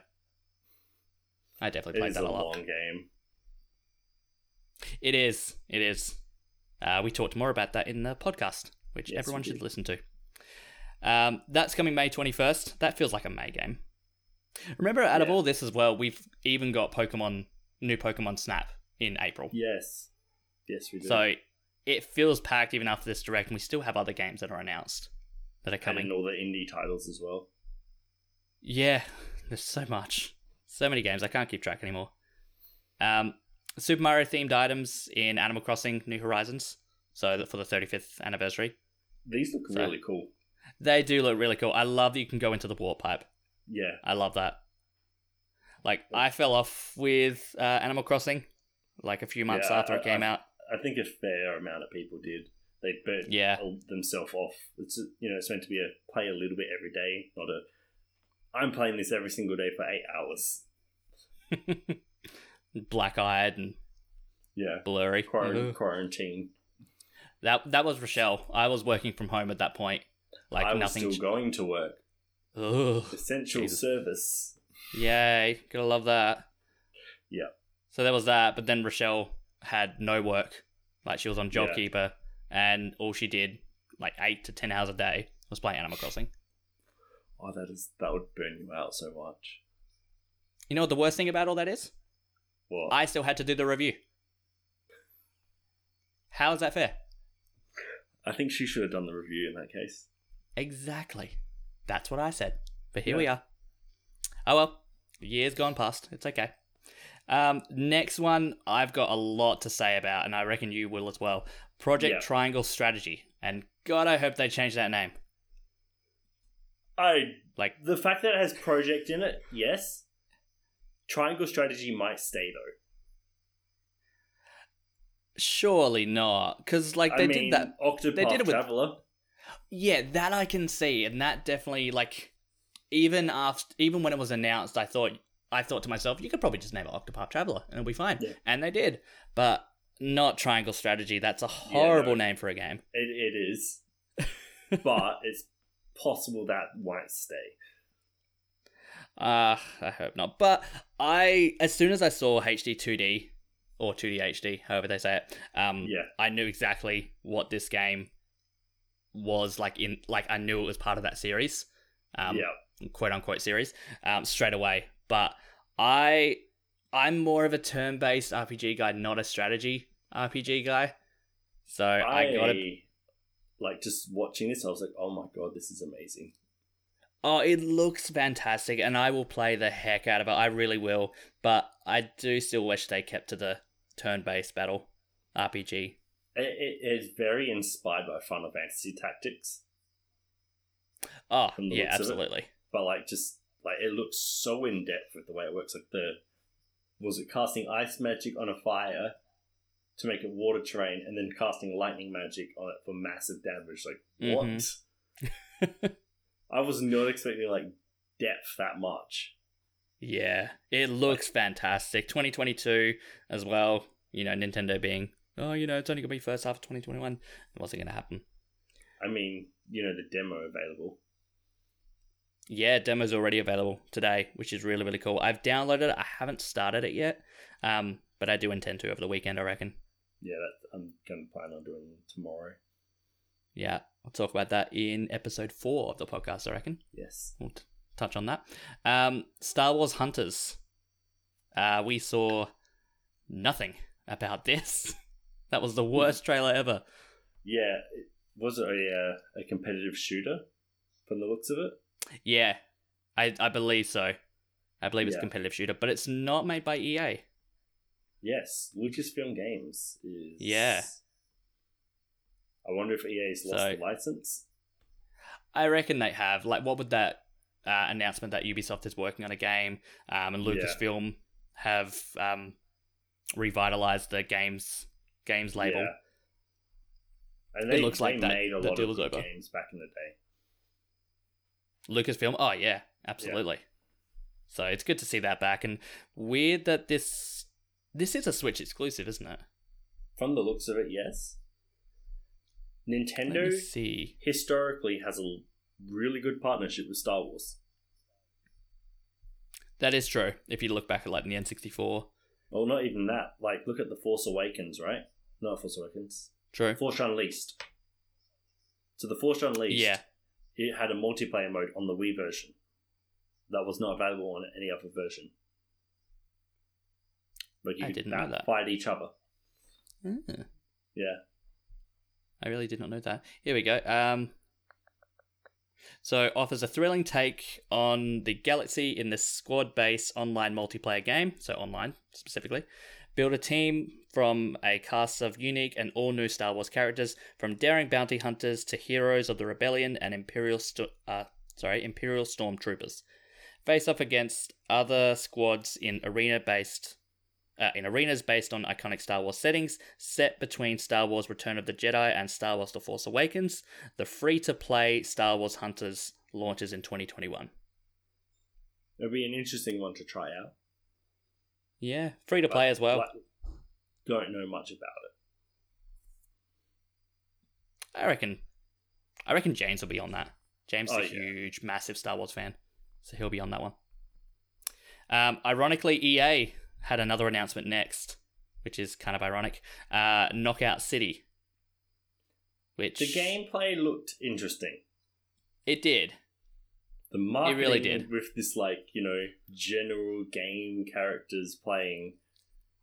Speaker 1: I definitely
Speaker 2: It
Speaker 1: played
Speaker 2: is
Speaker 1: that
Speaker 2: a
Speaker 1: a lot.
Speaker 2: long game.
Speaker 1: It is. It is. Uh, we talked more about that in the podcast, which
Speaker 2: Yes,
Speaker 1: everyone
Speaker 2: we
Speaker 1: should
Speaker 2: did.
Speaker 1: listen to. Um, that's coming May 21st. That feels like a May game. Remember, out of
Speaker 2: Yeah.
Speaker 1: all this as well, we've even got Pokemon, new Pokemon Snap in April.
Speaker 2: Yes, yes we do.
Speaker 1: so it feels packed even after this direct, and we still have other games that are announced that are
Speaker 2: and
Speaker 1: coming.
Speaker 2: all the indie titles as well.
Speaker 1: Yeah, there's so much. So many games, I can't keep track anymore. Um, Super Mario themed items in Animal Crossing New Horizons. So that for the 35th anniversary.
Speaker 2: These look
Speaker 1: So-
Speaker 2: really cool.
Speaker 1: They do look really cool. I love that you can go into the warp pipe.
Speaker 2: Yeah,
Speaker 1: I love that. Like, I fell off with uh, Animal Crossing like a few months
Speaker 2: Yeah,
Speaker 1: after
Speaker 2: I-
Speaker 1: it came
Speaker 2: I-
Speaker 1: out.
Speaker 2: I think a fair amount of people did. They burnt
Speaker 1: Yeah.
Speaker 2: themselves off. It's you know it's meant to be a play a little bit every day, not a. I'm playing this every single day for eight hours.
Speaker 1: Black eyed and
Speaker 2: Yeah,
Speaker 1: blurry.
Speaker 2: Quar-
Speaker 1: Ugh.
Speaker 2: quarantine.
Speaker 1: That, that was Rochelle. I was working from home at that point. Like,
Speaker 2: I was
Speaker 1: nothing.
Speaker 2: still going to work.
Speaker 1: Ugh.
Speaker 2: Essential
Speaker 1: Jesus.
Speaker 2: service.
Speaker 1: Yay. Gotta love that.
Speaker 2: Yeah.
Speaker 1: So there was that, but then Rochelle had no work. Like she was on
Speaker 2: Yeah.
Speaker 1: JobKeeper and all she did, like eight to ten hours a day, was play Animal Crossing.
Speaker 2: Oh, that is that would burn you out so much.
Speaker 1: You know what the worst thing about all that is?
Speaker 2: Well, I,
Speaker 1: I still had to do the review. How is that fair?
Speaker 2: think she should have done the review in that case.
Speaker 1: Exactly. That's what I said. But here we are. Oh well, the year's gone past. It's okay. Um, next one I've got a lot to say about, and I reckon you will as well. Project
Speaker 2: Yeah.
Speaker 1: Triangle Strategy, and God, I hope they change that name.
Speaker 2: I
Speaker 1: Like,
Speaker 2: the fact that it has project in it, yes. Triangle strategy might stay though.
Speaker 1: surely not, because like they
Speaker 2: I
Speaker 1: did
Speaker 2: mean,
Speaker 1: that.
Speaker 2: Octopath
Speaker 1: they did it with-
Speaker 2: Traveler.
Speaker 1: Yeah, that I can see, and that definitely like, even after, even when it was announced, I thought, I thought to myself, you could probably just name it Octopath Traveler, and it'll be fine.
Speaker 2: Yeah.
Speaker 1: And they did, but not Triangle Strategy. That's a
Speaker 2: no.
Speaker 1: horrible name for a game.
Speaker 2: It, it
Speaker 1: *laughs*
Speaker 2: is, but it's possible that won't stay.
Speaker 1: Uh, I hope not. But I, as soon as I saw HD 2D or 2D HD, however they say it, um,
Speaker 2: Yeah,
Speaker 1: I knew exactly what this game was like. In like, I knew it was part of that series, um,
Speaker 2: yeah.
Speaker 1: quote unquote series, um, straight away. But I, I'm more of a turn-based RPG guy, not a strategy RPG guy. So I,
Speaker 2: I,
Speaker 1: got it.
Speaker 2: like just watching this. I was like, oh my god, this is amazing.
Speaker 1: Oh, it looks fantastic, and I will play the heck out of it. I really will. But I do still wish they kept to the turn-based battle RPG.
Speaker 2: It, it is very inspired by Final Fantasy Tactics,
Speaker 1: Oh,
Speaker 2: From the
Speaker 1: yeah,
Speaker 2: looks of it.
Speaker 1: absolutely.
Speaker 2: but like just like it looks so in depth with the way it works. Like the was it casting ice magic on a fire to make it water terrain, and then casting lightning magic on it for massive damage. Like what? I was not expecting like depth that much.
Speaker 1: Yeah, it looks fantastic. 2022 as well. You know, Nintendo being, oh, you know, it's only gonna be first half of 2021. It wasn't gonna happen.
Speaker 2: I mean, you know the demo available.
Speaker 1: Yeah, demo's already available today, which is really really cool. I've downloaded it. I haven't started it yet, um, but I do intend to over the weekend. I reckon.
Speaker 2: Yeah, that I'm gonna plan on doing tomorrow.
Speaker 1: Yeah, I'll talk about that in episode four of the podcast, I reckon.
Speaker 2: Yes.
Speaker 1: We'll t- touch on that. Um, Star Wars Hunters. Uh, we saw nothing about this. *laughs* That was the worst trailer ever.
Speaker 2: Yeah, it, was it a uh, a competitive shooter from the looks of it?
Speaker 1: Yeah, I, I believe so. I believe it's a
Speaker 2: Yeah.
Speaker 1: competitive shooter, but it's not made by E EA.
Speaker 2: Yes, Lucasfilm Games is.
Speaker 1: Yeah.
Speaker 2: I wonder if EA's lost
Speaker 1: So-
Speaker 2: the license.
Speaker 1: I reckon they have. Like, what would that uh, announcement that Ubisoft is working on a game um, and
Speaker 2: Yeah.
Speaker 1: Lucasfilm have um, revitalized the games games label?
Speaker 2: Yeah. And
Speaker 1: It
Speaker 2: they,
Speaker 1: looks
Speaker 2: they
Speaker 1: like that-
Speaker 2: made a
Speaker 1: that
Speaker 2: lot
Speaker 1: deal
Speaker 2: of
Speaker 1: was
Speaker 2: good
Speaker 1: over.
Speaker 2: games back in the day.
Speaker 1: Lucasfilm. Oh yeah, absolutely. So it's good to see that back, and weird that this this is a Switch exclusive, isn't it?
Speaker 2: From the looks of it, yes.
Speaker 1: Let
Speaker 2: Nintendo
Speaker 1: me see.
Speaker 2: historically has a really good partnership with Star Wars.
Speaker 1: That is true. If you look back at like the N sixty four,
Speaker 2: Well, not even that. Like, look at The Force Awakens, right? Not Force Awakens.
Speaker 1: true.
Speaker 2: Force Unleashed. So, The Force Unleashed,
Speaker 1: Yeah,
Speaker 2: it had a multiplayer mode on the Wii version that was not available on any other version. Like, you
Speaker 1: I
Speaker 2: could
Speaker 1: didn't know
Speaker 2: bat-
Speaker 1: that.
Speaker 2: fight each other.
Speaker 1: Ah,
Speaker 2: Yeah.
Speaker 1: I really did not know that. Here we go. Um, so offers a thrilling take on the galaxy in this squad-based online multiplayer game. So online specifically, build a team from a cast of unique and all-new Star Wars characters, from daring bounty hunters to heroes of the rebellion and imperial sto- uh, sorry imperial stormtroopers. Face off against other squads in arena-based uh, in arenas based on iconic Star Wars settings, set between Star Wars Return of the Jedi and Star Wars The Force Awakens. The free to play Star Wars Hunters launches in 2021.
Speaker 2: It'd be an interesting one to try out.
Speaker 1: Yeah, free to
Speaker 2: but,
Speaker 1: play as well.
Speaker 2: like, don't know much about
Speaker 1: I reckon. I reckon James will be on that. James is
Speaker 2: Oh,
Speaker 1: a
Speaker 2: yeah.
Speaker 1: huge, massive Star Wars fan, so he'll be on that one. Um, ironically, EA had another announcement next, which is kind of ironic. Uh, Knockout City, which
Speaker 2: it. The gameplay looked interesting.
Speaker 1: it did.
Speaker 2: The marketing
Speaker 1: really did.
Speaker 2: with this like, you know, general game characters playing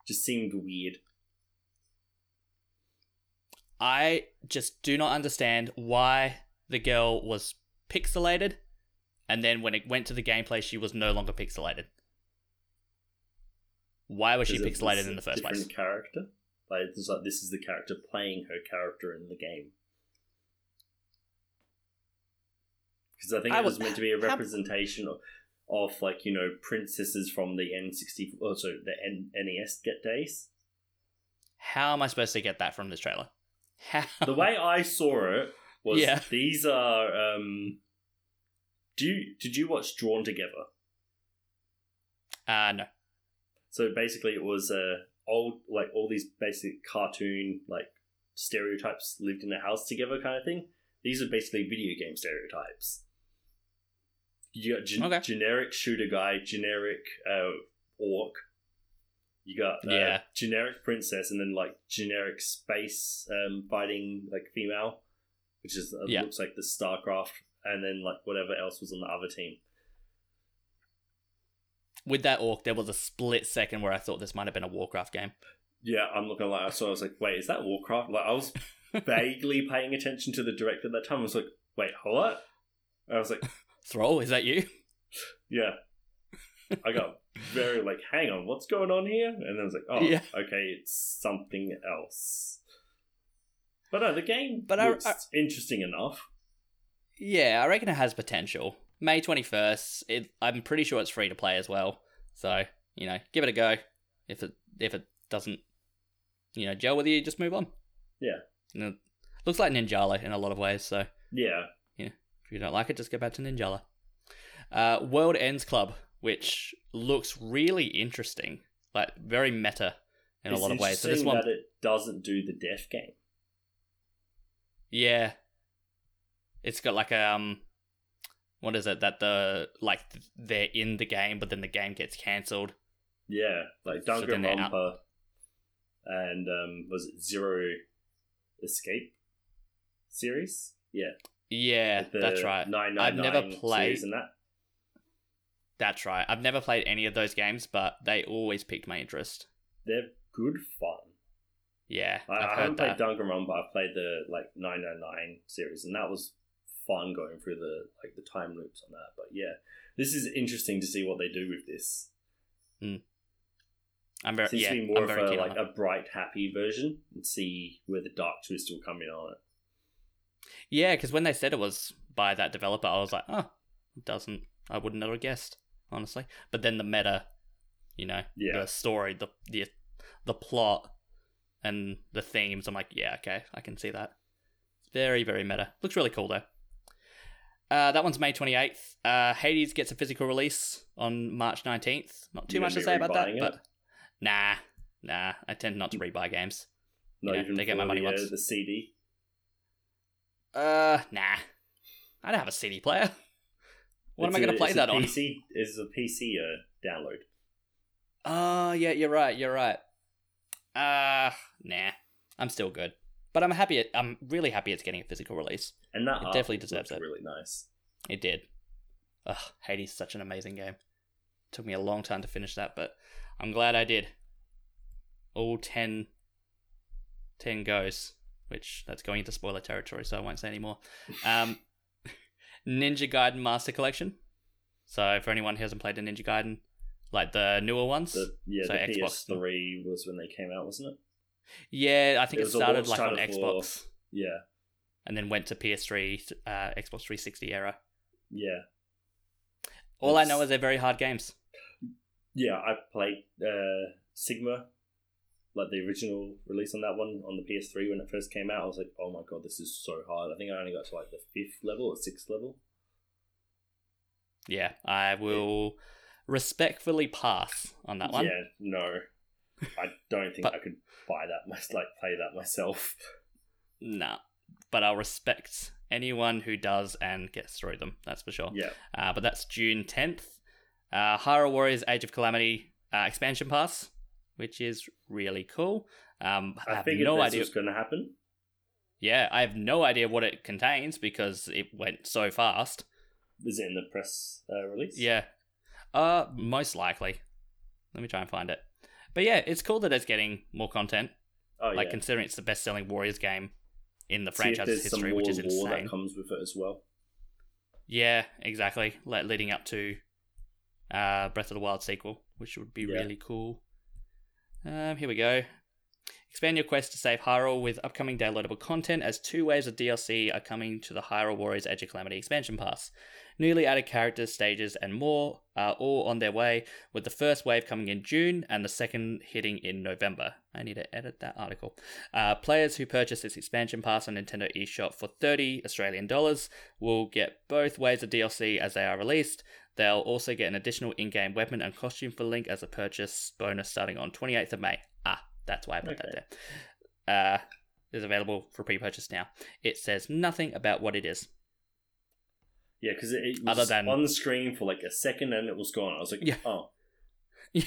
Speaker 2: just seemed weird.
Speaker 1: I just do not understand why the girl was pixelated and then when it went to the gameplay, she was no longer pixelated. Why was she
Speaker 2: Is it-
Speaker 1: pixelated
Speaker 2: is
Speaker 1: in
Speaker 2: it
Speaker 1: the first
Speaker 2: different
Speaker 1: place?
Speaker 2: character? Like, it's like this is the character playing her character in the game. Because I think
Speaker 1: I
Speaker 2: it was
Speaker 1: would-
Speaker 2: meant to be a
Speaker 1: how-
Speaker 2: representation of, of like you know princesses from the N sixty oh so the N- NES get days.
Speaker 1: How am I supposed to get that from this trailer? How?
Speaker 2: The way I saw
Speaker 1: *laughs*
Speaker 2: it was
Speaker 1: Yeah.
Speaker 2: these are. Um, do you, did you watch Drawn Together?
Speaker 1: Uh, no.
Speaker 2: So basically, it was uh, old, like all these basic cartoon like stereotypes lived in a house together kind of thing. These are basically video game stereotypes. You got gen-
Speaker 1: Okay.
Speaker 2: generic shooter guy, generic uh, orc. You got uh,
Speaker 1: Yeah.
Speaker 2: generic princess, and then like generic space um, fighting like female, which is uh,
Speaker 1: Yeah.
Speaker 2: looks like the Starcraft, and then like whatever else was on the other team.
Speaker 1: With that orc, there was a split second where I thought this might have been a Warcraft game.
Speaker 2: Yeah, I'm not gonna lie. I saw. I was like, wait, is that Warcraft? Like,
Speaker 1: *laughs*
Speaker 2: I was vaguely paying attention to the director at that time. I was like, wait, hold up. I was like,
Speaker 1: Thrall, is that you?
Speaker 2: yeah. I got very like, hang on, what's going on here? And then I was like, oh,
Speaker 1: Yeah.
Speaker 2: okay, it's something else. But no, the game
Speaker 1: But
Speaker 2: but
Speaker 1: I-
Speaker 2: looks
Speaker 1: I-
Speaker 2: interesting enough.
Speaker 1: Yeah, I reckon it has potential. May 21st, it, I'm pretty sure it's free to play as well. So, you know, give it a go. If it if it doesn't, you know, gel with you, just move on.
Speaker 2: Yeah.
Speaker 1: And it looks like Ninjala in a lot of ways, so if
Speaker 2: Yeah,
Speaker 1: you don't like it, just go back to Ninjala. Uh, World Ends Club, which looks really interesting. Like, very meta in
Speaker 2: It's
Speaker 1: a lot of ways. So this
Speaker 2: interesting
Speaker 1: one,
Speaker 2: that it doesn't do the death game.
Speaker 1: yeah. It's got like a, um, what is it that the like th- they're in the game, but then the game gets cancelled.
Speaker 2: Yeah, like
Speaker 1: So then they're out.
Speaker 2: Danganronpa, and um, was it Zero Escape series? Yeah,
Speaker 1: Yeah,
Speaker 2: like the
Speaker 1: that's right.
Speaker 2: Nine
Speaker 1: I've
Speaker 2: nine
Speaker 1: never
Speaker 2: nine
Speaker 1: played-
Speaker 2: series and that.
Speaker 1: That's right. I've never played any of those games, but they always piqued my interest.
Speaker 2: They're good fun.
Speaker 1: Yeah,
Speaker 2: I, I
Speaker 1: I've
Speaker 2: haven't
Speaker 1: heard
Speaker 2: played
Speaker 1: that.
Speaker 2: Danganronpa. I played the like nine nine nine series, and that was fun going through the like the time loops on that. But yeah, this is interesting to see what they do with this.
Speaker 1: I'm very
Speaker 2: Seems
Speaker 1: yeah.
Speaker 2: to be more
Speaker 1: I'm
Speaker 2: of
Speaker 1: very
Speaker 2: a
Speaker 1: keen on
Speaker 2: like
Speaker 1: it.
Speaker 2: a bright, happy version, and see where the dark twist will come in on it.
Speaker 1: Yeah, because when they said it was by that developer, I was like, oh, it doesn't. I wouldn't have guessed honestly. But then the meta, you know,
Speaker 2: Yeah.
Speaker 1: the story, the the the plot, and the themes. I'm like, yeah, okay, I can see that. Very very meta. Looks really cool though. Uh, that one's May 28th. Uh, Hades gets a physical release on March 19th. Not too
Speaker 2: You
Speaker 1: much to
Speaker 2: gonna be
Speaker 1: say about that,
Speaker 2: rebuying it?
Speaker 1: but nah, nah. I tend not to rebuy games.
Speaker 2: Not
Speaker 1: Yeah,
Speaker 2: even
Speaker 1: they get my
Speaker 2: for
Speaker 1: money
Speaker 2: the, uh,
Speaker 1: once.
Speaker 2: the CD.
Speaker 1: Uh, nah. I don't have a CD player. *laughs* What am I
Speaker 2: It's
Speaker 1: going
Speaker 2: a-
Speaker 1: to play
Speaker 2: it's a
Speaker 1: that on?
Speaker 2: PC, It's a PC uh, download.
Speaker 1: Oh, yeah, you're right. You're right. Uh, nah. I'm still good. But I'm happy. It, I'm really happy it's getting a physical release.
Speaker 2: And that
Speaker 1: It
Speaker 2: art
Speaker 1: definitely
Speaker 2: Oh, looks
Speaker 1: deserves it.
Speaker 2: Really nice.
Speaker 1: It did. Ugh, Hades is such an amazing game. Took me a long time to finish that, but I'm glad I did. All 10, 10 goes, which that's going into spoiler territory, so I won't say any more. Um, *laughs* Ninja Gaiden Master Collection. So for anyone who hasn't played the Ninja Gaiden, like the newer ones,
Speaker 2: The, yeah,
Speaker 1: So
Speaker 2: the
Speaker 1: Xbox-
Speaker 2: PS3 was when they came out, wasn't it?
Speaker 1: yeah, I think
Speaker 2: It
Speaker 1: it,
Speaker 2: was a
Speaker 1: started
Speaker 2: launch
Speaker 1: like on
Speaker 2: title for-
Speaker 1: Xbox
Speaker 2: Yeah,
Speaker 1: and then went to PS3, uh, Xbox 360 era.
Speaker 2: yeah,
Speaker 1: All I
Speaker 2: It's-
Speaker 1: know is they're very hard games.
Speaker 2: yeah. I played uh, Sigma, like the original release on that one on the PS3 when it first came out. I was like, oh my god, this is so hard. I think I only got to like the fifth level or sixth level.
Speaker 1: Yeah, I will respectfully pass on that one.
Speaker 2: Yeah, no, I
Speaker 1: *laughs*
Speaker 2: don't think
Speaker 1: But-
Speaker 2: I could buy that. mys- Like play that myself.
Speaker 1: Nah, but I'll respect anyone who does and gets through them. That's for sure.
Speaker 2: Yeah,
Speaker 1: Uh, but that's June tenth. Uh, Hyrule Warriors: Age of Calamity uh, expansion pass, which is really cool. Um, I,
Speaker 2: I
Speaker 1: have
Speaker 2: figured
Speaker 1: no
Speaker 2: this
Speaker 1: idea.
Speaker 2: was going to happen.
Speaker 1: Yeah, I have no idea what it contains because it went so fast.
Speaker 2: Is it in the press uh, release?
Speaker 1: Yeah. Uh, most likely. Let me try and find it. But yeah, it's cool that it's getting more content.
Speaker 2: Oh,
Speaker 1: like
Speaker 2: yeah.
Speaker 1: considering it's the best selling Warriors game in the
Speaker 2: See if
Speaker 1: franchise's
Speaker 2: there's some
Speaker 1: history, which
Speaker 2: more
Speaker 1: is
Speaker 2: lore
Speaker 1: insane.
Speaker 2: that comes with it as well.
Speaker 1: Yeah, exactly. Like leading up to uh, Breath of the Wild sequel, which would be
Speaker 2: Yeah.
Speaker 1: really cool. Um, here we go. Expand your quest to save Hyrule with upcoming downloadable content as two waves of DLC are coming to the Hyrule Warriors Edge of Calamity expansion pass. Newly added characters, stages, and more are all on their way, with the first wave coming in June and the second hitting in November. I need to edit that article. Uh, players who purchase this expansion pass on Nintendo eShop for 30 Australian dollars will get both waves of DLC as they are released. They'll also get an additional in-game weapon and costume for Link as a purchase bonus starting on 28th of May. Ah, that's why I put
Speaker 2: Okay.
Speaker 1: that there. Uh, is available for pre-purchase now. It says nothing about what it is.
Speaker 2: Yeah, because it, it was
Speaker 1: Other than-
Speaker 2: on the screen for like a second and it was gone. I was like,
Speaker 1: Yeah.
Speaker 2: oh,
Speaker 1: *laughs*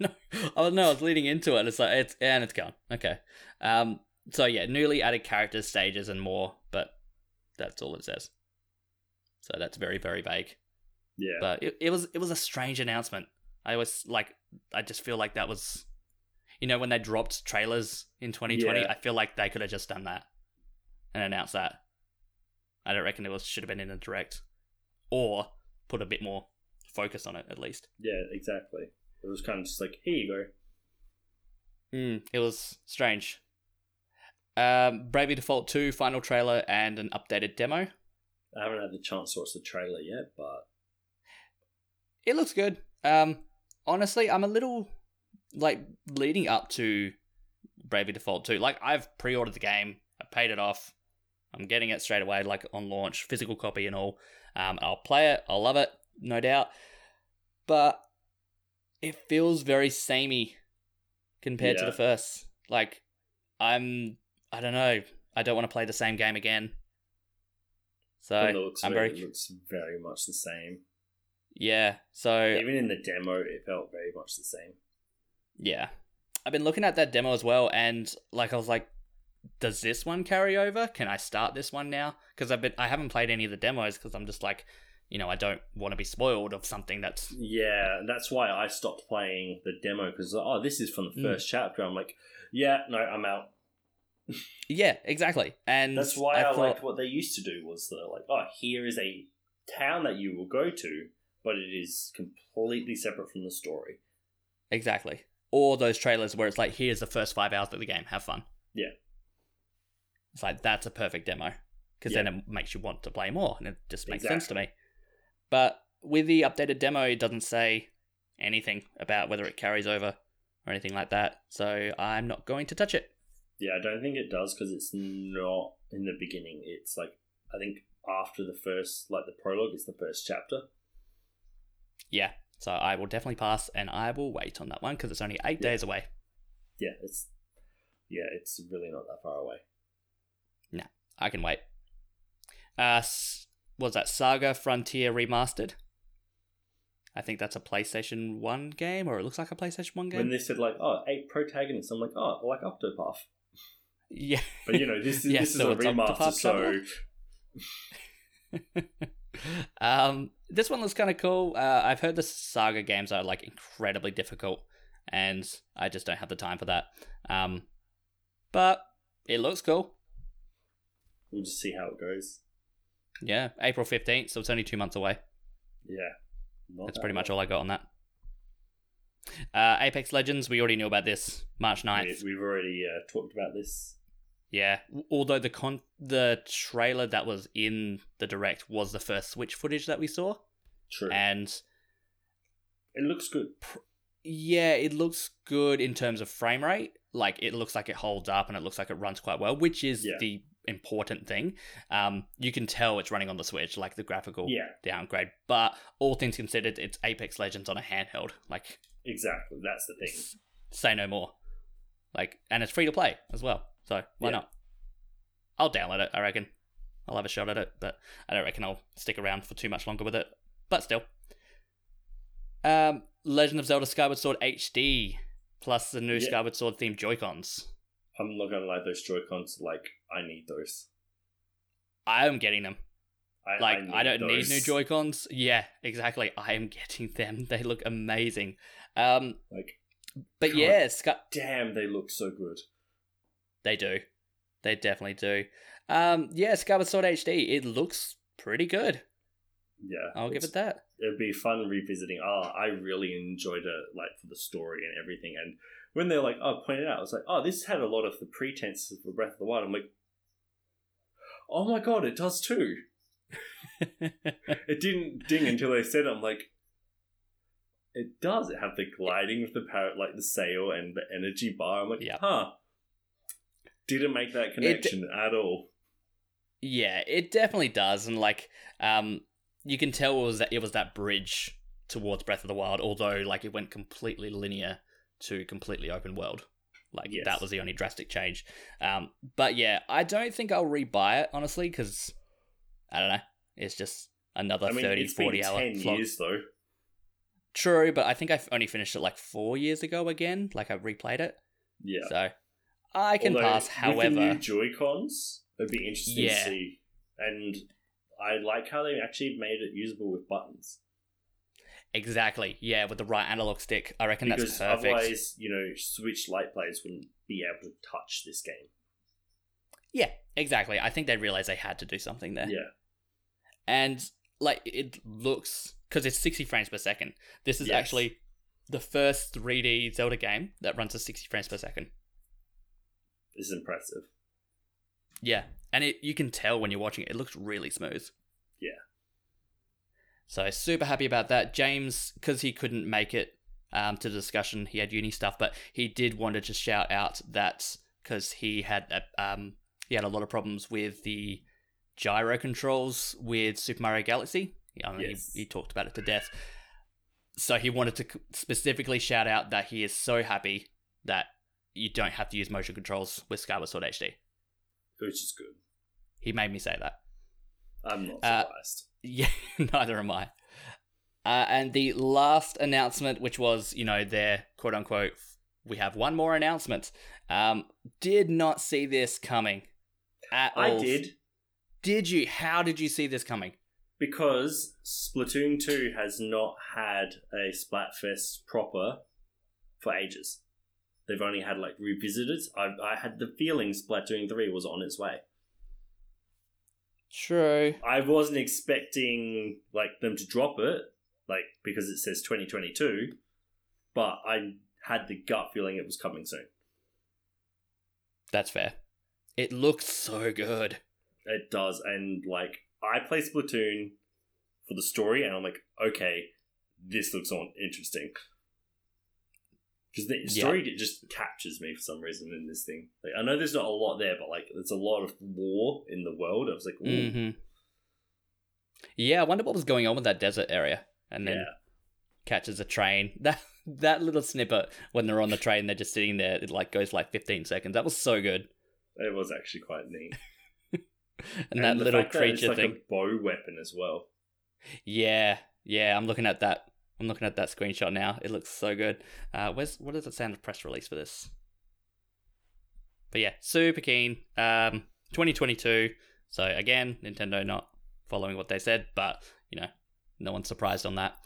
Speaker 1: no, oh no, I was leading into it. It's like it's and it's gone. Okay. Um. So yeah, newly added characters, stages, and more. But that's all it says. So that's very very vague.
Speaker 2: yeah.
Speaker 1: But it, it was it was a strange announcement. I was like, I just feel like that was, you know, when they dropped trailers in 2020,
Speaker 2: Yeah.
Speaker 1: I feel like they could have just done that and announced that. I don't reckon it was should have been in a direct, or put a bit more focus on it at least.
Speaker 2: yeah, exactly. It was kind of just like, here you go.
Speaker 1: Mm, it was strange. Um, Bravely Default 2 final trailer and an updated demo.
Speaker 2: I haven't had the chance to watch the trailer yet, but
Speaker 1: It looks good. Um, honestly, I'm a little like leading up to Bravely Default 2. Like I've pre-ordered the game, I paid it off. I'm getting it straight away, like on launch, physical copy and all. Um, I'll play it. I'll love it, no doubt. But it feels very samey compared to
Speaker 2: Yeah.
Speaker 1: the first. Like I'm, I don't know. I don't want to play the same game again. So
Speaker 2: from the looks of
Speaker 1: I'm
Speaker 2: it,
Speaker 1: very,
Speaker 2: it looks very much the same.
Speaker 1: yeah. So
Speaker 2: Even in the demo, it felt very much the same.
Speaker 1: Yeah. I've been looking at that demo as well, and like I was like, does this one carry over? Can I start this one now? Because I've been I haven't played any of the demos because I'm just like, you know, I don't want to be spoiled of something that's
Speaker 2: Yeah, that's why I stopped playing the demo because oh, this is from the
Speaker 1: Mm.
Speaker 2: first chapter. I'm like, yeah, no, I'm out.
Speaker 1: yeah, exactly. And
Speaker 2: That's why I,
Speaker 1: thought-
Speaker 2: liked what they used to do was the like, oh, here is a town that you will go to, but it is completely separate from the story.
Speaker 1: exactly or those trailers where it's like, here's the first five hours of the game, have fun.
Speaker 2: Yeah.
Speaker 1: It's like that's a perfect demo because then it makes you want to play more, and it just makes sense to me. But with the updated demo, it doesn't say anything about whether it carries over or anything like that. So I'm not going to touch it.
Speaker 2: Yeah, I don't think it does because it's not in the beginning. It's like I think after the first like the prologue, it's the first chapter.
Speaker 1: Yeah. So I will definitely pass, and I will wait on that one because it's only eight
Speaker 2: Yeah.
Speaker 1: days away.
Speaker 2: Yeah, it's yeah, it's really not that far away.
Speaker 1: I can wait. Uh, s- was that Saga Frontier Remastered? I think that's a PlayStation 1 game, or it looks like a PlayStation 1 game.
Speaker 2: When they said like, oh, eight protagonists, I'm like, oh, like Octopath.
Speaker 1: *laughs* yeah.
Speaker 2: But
Speaker 1: *laughs*
Speaker 2: you know, this is
Speaker 1: Yeah,
Speaker 2: this is
Speaker 1: so
Speaker 2: a
Speaker 1: it's
Speaker 2: remaster,
Speaker 1: Octopath
Speaker 2: so
Speaker 1: Traveler? um, this one looks kind of cool. Uh, I've heard the Saga games are like incredibly difficult, and I just don't have the time for that. Um, but it looks cool.
Speaker 2: we'll just see how it goes.
Speaker 1: Yeah, April fifteenth, so it's only two months away.
Speaker 2: Yeah, Not
Speaker 1: That's
Speaker 2: that
Speaker 1: pretty much
Speaker 2: long.
Speaker 1: all I got on that. Uh, Apex Legends, we already knew about this. March 9th.
Speaker 2: We, we've already uh, talked about this.
Speaker 1: Yeah. Although the con- the trailer that was in the direct was the first Switch footage that we saw,
Speaker 2: True,
Speaker 1: and
Speaker 2: it looks good.
Speaker 1: Yeah, it looks good in terms of frame rate. Like it looks like it holds up and it looks like it runs quite well, which is
Speaker 2: Yeah.
Speaker 1: the important thing. Um, you can tell it's running on the Switch, like the graphical
Speaker 2: Yeah,
Speaker 1: downgrade. But all things considered, it's Apex Legends on a handheld. Like
Speaker 2: exactly. That's the thing.
Speaker 1: s- say no more. Like and it's free to play as well. So why
Speaker 2: Yeah.
Speaker 1: not? I'll download it, I reckon. I'll have a shot at it, but I don't reckon I'll stick around for too much longer with it. But still. Um Legend of Zelda Skyward Sword HD plus the new
Speaker 2: Yeah.
Speaker 1: Skyward Sword themed Joy-Cons.
Speaker 2: I'm not gonna lie, those Joy Cons, like I need those.
Speaker 1: I am getting them.
Speaker 2: I,
Speaker 1: Like I, don't need new
Speaker 2: those.
Speaker 1: Joy Cons. Yeah, exactly. I am getting them. *laughs* They look amazing. Um,
Speaker 2: Like
Speaker 1: but
Speaker 2: God.
Speaker 1: yeah, Sky-
Speaker 2: damn, they look so good.
Speaker 1: They do. They definitely do. Um, yeah, Skyward Sword HD. It looks pretty good.
Speaker 2: yeah,
Speaker 1: I'll give
Speaker 2: it's-
Speaker 1: it
Speaker 2: *laughs*
Speaker 1: that.
Speaker 2: it'd be fun revisiting. Oh, I really enjoyed it, like for the story and everything. And when they're like, oh, pointed out, I was like, oh, this had a lot of the pretenses for Breath of the Wild. I'm like, oh my god, it does too. It didn't ding until they said it. I'm like, it does. It have the gliding of the parrot, like the sail and the energy bar. I'm like,
Speaker 1: Yeah.
Speaker 2: huh. Didn't make that connection at all.
Speaker 1: yeah, it definitely does, and like, um, you can tell it was that it was that bridge towards Breath of the Wild, although like it went completely linear to completely open world. Like
Speaker 2: Yes.
Speaker 1: that was the only drastic change. Um, but yeah, I don't think I'll rebuy it honestly because I don't know. It's just another
Speaker 2: I mean,
Speaker 1: thirty,
Speaker 2: it's been
Speaker 1: forty 30, 40 hour
Speaker 2: ten
Speaker 1: slog.
Speaker 2: years though.
Speaker 1: True, but I think I only finished it like four years ago again. Like I replayed it,
Speaker 2: Yeah.
Speaker 1: so I can
Speaker 2: Although,
Speaker 1: pass.
Speaker 2: with the new
Speaker 1: However,
Speaker 2: Joy Cons, it'd be interesting
Speaker 1: Yeah.
Speaker 2: to see. And I like how they actually made it usable with buttons
Speaker 1: exactly, yeah, with the right analog stick, I reckon that's
Speaker 2: because
Speaker 1: perfect.
Speaker 2: otherwise, you know, Switch light players wouldn't be able to touch this game.
Speaker 1: Yeah, exactly. I think they realized they had to do something there.
Speaker 2: Yeah.
Speaker 1: And like it looks because it's 60 frames per second. This is
Speaker 2: Yes.
Speaker 1: actually the first 3D Zelda game that runs at 60 frames per second.
Speaker 2: It's impressive.
Speaker 1: Yeah. And it you can tell when you're watching it. It looks really smooth.
Speaker 2: Yeah.
Speaker 1: So super happy about that. James, because he couldn't make it um, to the discussion, he had uni stuff, but he did want to just shout out that because he had a, um, he had a lot of problems with the gyro controls with Super Mario Galaxy. I mean,
Speaker 2: Yes.
Speaker 1: he, he talked about it to death. So he wanted to c- specifically shout out that he is so happy that you don't have to use motion controls with Skyward Sword HD.
Speaker 2: Which is good.
Speaker 1: He made me say that. *laughs*
Speaker 2: I'm not
Speaker 1: Uh,
Speaker 2: surprised.
Speaker 1: Yeah, neither am I. Uh, and the last announcement, which was, you know, their quote unquote, we have one more announcement. Um, did not see this coming at
Speaker 2: I
Speaker 1: all.
Speaker 2: did
Speaker 1: Did you? How did you see this coming?
Speaker 2: because Splatoon 2 has not had a Splatfest proper for ages. They've only had like revisited. I, I had the feeling Splatoon 3 was on its way.
Speaker 1: True.
Speaker 2: I wasn't expecting like them to drop it, like because it says 2022, but I had the gut feeling it was coming soon.
Speaker 1: That's fair. It looks so good.
Speaker 2: It does, and like I play Splatoon for the story, and I'm like, okay, this looks on interesting because the
Speaker 1: Yeah.
Speaker 2: story it just captures me for some reason in this thing. Like, I know there's not a lot there, but like there's a lot of war in the world. I was like, ooh,
Speaker 1: hmm Yeah, I wonder what was going on with that desert area. And then
Speaker 2: yeah,
Speaker 1: catches a train. *laughs* That that little snippet when they're on the train, they're just sitting there. It like goes like 15 seconds. That was so good.
Speaker 2: it was actually quite neat.
Speaker 1: *laughs* and, that
Speaker 2: the
Speaker 1: little
Speaker 2: fact that it's,
Speaker 1: creature
Speaker 2: like,
Speaker 1: thing.
Speaker 2: a bow weapon as well.
Speaker 1: Yeah, yeah. I'm looking at that. I'm looking at that screenshot now. It looks so good. Uh, where's what does it sound the press release for this? But yeah, super keen. Um, 2022. So again, Nintendo not following what they said, but you know, no one's surprised on that.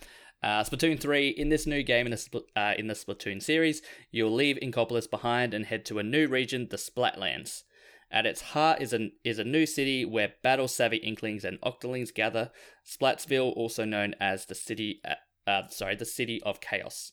Speaker 1: Uh, Splatoon 3 in this new game in the Spl- uh, in the Splatoon series, you'll leave Inkopolis behind and head to a new region, the Splatlands. At its heart is an is a new city where battle savvy Inklings and Octolings gather Splatsville, also known as the city, uh, uh, sorry, the city of chaos.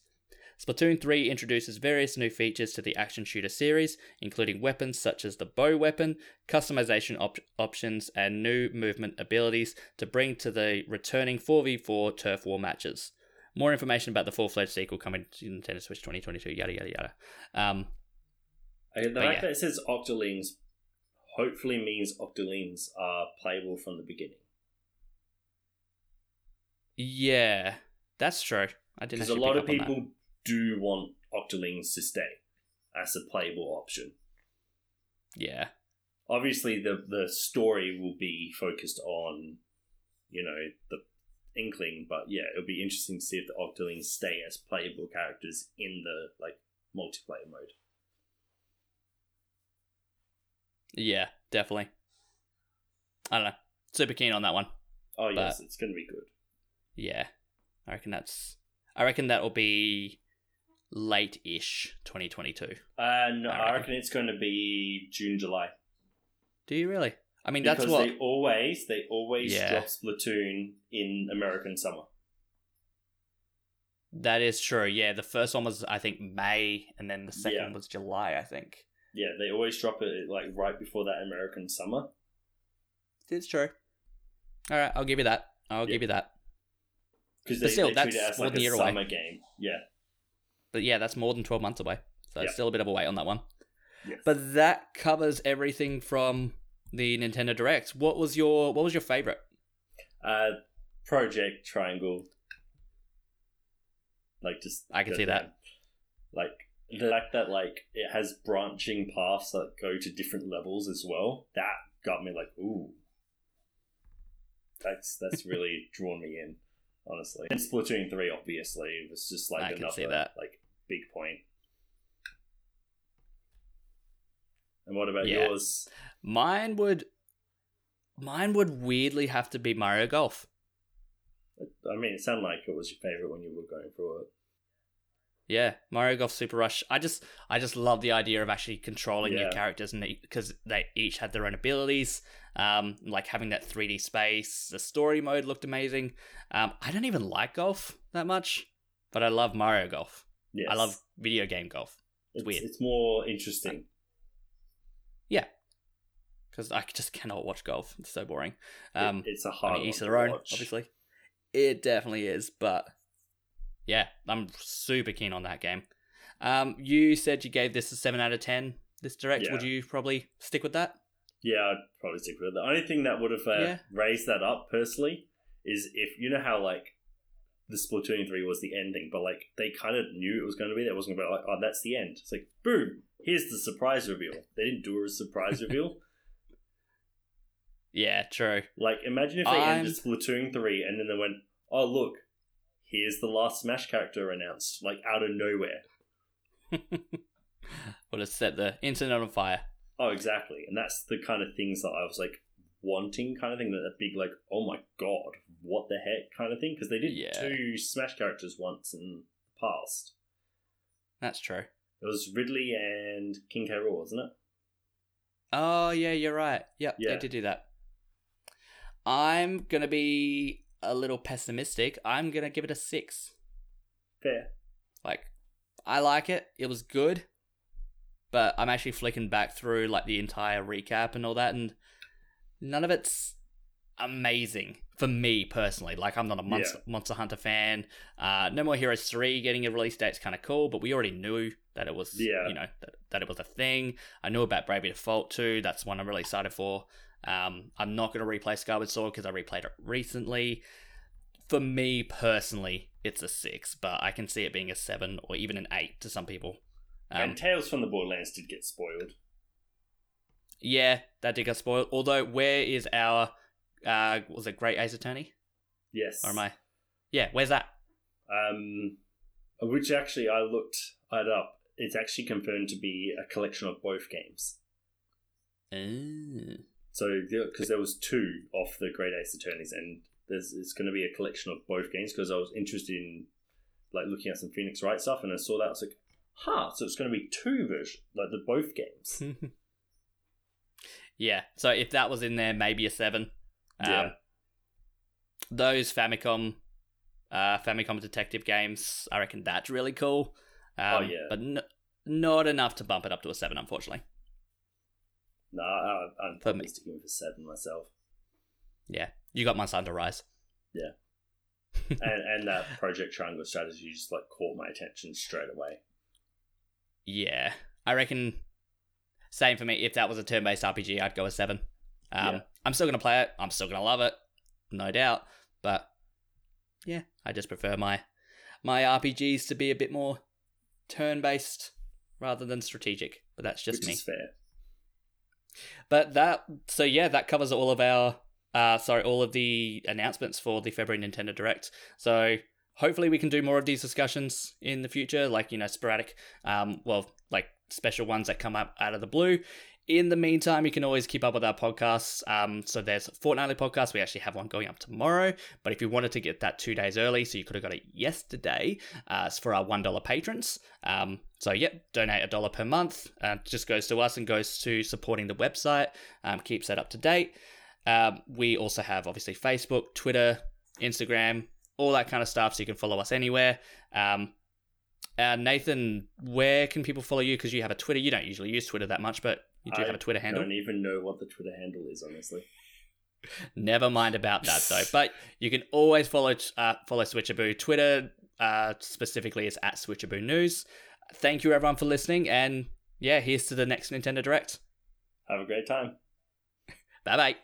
Speaker 1: Splatoon 3 introduces various new features to the action shooter series, including weapons such as the bow weapon, customization op- options, and new movement abilities to bring to the returning 4v4 turf war matches. More information about the full-fledged sequel coming to Nintendo Switch 2022. Yada yada yada. Um,
Speaker 2: I, the
Speaker 1: But
Speaker 2: fact
Speaker 1: Oh, yeah.
Speaker 2: that it says Octolings hopefully means Octolings are playable from the beginning.
Speaker 1: yeah, that's true. I didn't.
Speaker 2: Because a
Speaker 1: actually
Speaker 2: lot
Speaker 1: pick
Speaker 2: of
Speaker 1: up on that.
Speaker 2: people do want Octolings to stay as a playable option.
Speaker 1: Yeah.
Speaker 2: Obviously, the, the story will be focused on, you know, the Inkling, but yeah, it'll be interesting to see if the Octolings stay as playable characters in the, like, multiplayer mode.
Speaker 1: Yeah, definitely. I don't know. Super keen on that one.
Speaker 2: Oh,
Speaker 1: But-
Speaker 2: yes, it's going to be good.
Speaker 1: Yeah. I reckon that's I reckon that'll be late ish twenty twenty two.
Speaker 2: And
Speaker 1: I
Speaker 2: I
Speaker 1: reckon.
Speaker 2: reckon it's going to be June, July.
Speaker 1: Do you really? I mean,
Speaker 2: because
Speaker 1: that's what.
Speaker 2: they always they always
Speaker 1: Yeah.
Speaker 2: drop Splatoon in American summer.
Speaker 1: That is true. Yeah, the first one was I think May, and then the second
Speaker 2: Yeah.
Speaker 1: was July. I think
Speaker 2: Yeah, they always drop it like right before that American summer.
Speaker 1: it's true. All right, I'll give you that. I'll
Speaker 2: Yeah.
Speaker 1: give you that.
Speaker 2: Because
Speaker 1: But
Speaker 2: they,
Speaker 1: still,
Speaker 2: they
Speaker 1: that's
Speaker 2: treat it as
Speaker 1: more
Speaker 2: like
Speaker 1: than a
Speaker 2: a
Speaker 1: year away.
Speaker 2: summer game. Yeah.
Speaker 1: But yeah, that's more than twelve months away, so
Speaker 2: Yeah.
Speaker 1: it's still a bit of a wait on that one.
Speaker 2: Yeah.
Speaker 1: But that covers everything from the Nintendo Directs. What was your What was your favorite?
Speaker 2: Uh, Project Triangle. Like just
Speaker 1: I can
Speaker 2: go
Speaker 1: see that.
Speaker 2: down. Like the fact that like it has branching paths that go to different levels as well. That got me like ooh. That's
Speaker 1: *laughs*
Speaker 2: that's really drawn me in, honestly. And Splatoon three obviously was just like
Speaker 1: I can
Speaker 2: another
Speaker 1: see that.
Speaker 2: like big point. And what about
Speaker 1: Yeah.
Speaker 2: yours?
Speaker 1: Mine would. Mine would weirdly have to be Mario Golf.
Speaker 2: I mean, it sounded like it was your favorite when you were going for it.
Speaker 1: Yeah, Mario Golf Super Rush. I just I just love the idea of actually controlling your
Speaker 2: Yeah.
Speaker 1: characters and because they each had their own abilities. Um, like having that 3D space. The story mode looked amazing. Um, I don't even like golf that much, but I love Mario Golf.
Speaker 2: Yes.
Speaker 1: I love video game golf
Speaker 2: it's,
Speaker 1: weird.
Speaker 2: It's more interesting.
Speaker 1: because I just cannot watch golf. It's so boring.
Speaker 2: It-
Speaker 1: Um,
Speaker 2: it's a
Speaker 1: I
Speaker 2: hard
Speaker 1: mean, each
Speaker 2: one
Speaker 1: to their own,
Speaker 2: to watch.
Speaker 1: obviously. It definitely is, but yeah, I'm super keen on that game. Um, you said you gave this a seven out of ten. This direct, would you probably stick with that?
Speaker 2: Yeah, I'd probably stick with it. The only thing that would have uh,
Speaker 1: Yeah.
Speaker 2: raised that up personally is if you know how like the Splatoon three was the ending, but like they kind of knew it was going to be. There wasn't going to be like, oh, that's the end. It's like boom, here's the surprise reveal. They didn't do
Speaker 1: *laughs*
Speaker 2: a surprise reveal.
Speaker 1: Yeah, true.
Speaker 2: Like imagine if they
Speaker 1: I'm-
Speaker 2: ended Splatoon three and then they went, oh look, here's the last Smash character announced, like out of nowhere.
Speaker 1: Would have set the internet on fire.
Speaker 2: Oh, exactly. And that's the kind of things that I was like wanting, kind of thing. That, that big, like, oh my god, what the heck kind of thing. Because they did
Speaker 1: Yeah.
Speaker 2: two Smash characters once in the past.
Speaker 1: That's true.
Speaker 2: It was Ridley and King K. Rool, wasn't it?
Speaker 1: Oh yeah, you're right. Yep,
Speaker 2: Yeah.
Speaker 1: they did do that. I'm gonna be a little pessimistic. I'm gonna give it a six.
Speaker 2: Fair.
Speaker 1: Like, I like it. It was good, but I'm actually flicking back through like the entire recap and all that, and none of it's amazing for me personally. Like, I'm not a Monster, Monster Hunter fan. Uh, no More Heroes three getting a release date's kind of cool, but we already knew that it was,
Speaker 2: Yeah.
Speaker 1: you know, that, that it was a thing. I knew about Bravely Default too. That's one I'm really excited for. Um, I'm not going to replay Skyward Sword because I replayed it recently. For me personally, it's a six, but I can see it being a seven or even an eight to some people. Um,
Speaker 2: and Tales from the Borderlands did get spoiled.
Speaker 1: yeah, that did get spoiled. Although, where is our uh, was it Great Ace Attorney
Speaker 2: Yes.
Speaker 1: or am I? Yeah, where's that?
Speaker 2: Um, which actually, I looked it up. It's actually confirmed to be a collection of both games.
Speaker 1: Ooh.
Speaker 2: So, because there was two of the Great Ace Attorneys, and there's it's going to be a collection of both games. Because I was interested in like looking at some Phoenix Wright stuff, and I saw that I was like, "Huh!" So it's going to be two versions, like the both
Speaker 1: Hmm.
Speaker 2: games.
Speaker 1: *laughs* yeah. So if that was in there, maybe a seven. Um,
Speaker 2: Yeah.
Speaker 1: Those Famicom, uh, Famicom detective games, I reckon that's really cool. Um,
Speaker 2: Oh, yeah.
Speaker 1: But n- not enough to bump it up to a seven, unfortunately.
Speaker 2: Nah, I, I'm
Speaker 1: For
Speaker 2: probably
Speaker 1: me.
Speaker 2: sticking with a seven
Speaker 1: *laughs*
Speaker 2: myself,
Speaker 1: Yeah. You got Monster Hunter Rise.
Speaker 2: and and that Project Triangle strategy just like caught my attention straight away.
Speaker 1: Yeah, I reckon. Same for me. If that was a turn-based RPG, I'd go a seven. Um,
Speaker 2: Yeah.
Speaker 1: I'm still gonna play it. I'm still gonna love it, no doubt. But yeah, I just prefer my my RPGs to be a bit more turn-based rather than strategic. But that's just
Speaker 2: which
Speaker 1: me.
Speaker 2: is fair.
Speaker 1: But that so yeah, that covers all of our uh sorry, all of the announcements for the February Nintendo Direct. So hopefully we can do more of these discussions in the future, like you know, sporadic, um, well, like special ones that come up out of the blue. In the meantime, you can always keep up with our podcasts. Um, so there's fortnightly podcast. We actually have one going up tomorrow. But if you wanted to get that two days early, so you could have got it yesterday, uh, it's for our one dollar patrons. Um, so yep, donate a dollar per month. Uh, just goes to us and goes to supporting the website. Um, keeps that up to date. Um, we also have obviously Facebook, Twitter, Instagram, all that kind of stuff. So you can follow us anywhere. Um, uh, Nathan, where can people follow you? Because you have a Twitter. You don't usually use Twitter that much, but you do
Speaker 2: I
Speaker 1: have a Twitter
Speaker 2: I
Speaker 1: handle.
Speaker 2: don't even know what the Twitter handle is, honestly.
Speaker 1: Never mind about that though. But you can always follow uh, follow Switchaboo Twitter. Uh, specifically, it's at Switchaboo News. Thank you everyone for listening, and yeah, here's to the next Nintendo Direct.
Speaker 2: Have a great time.
Speaker 1: Bye bye.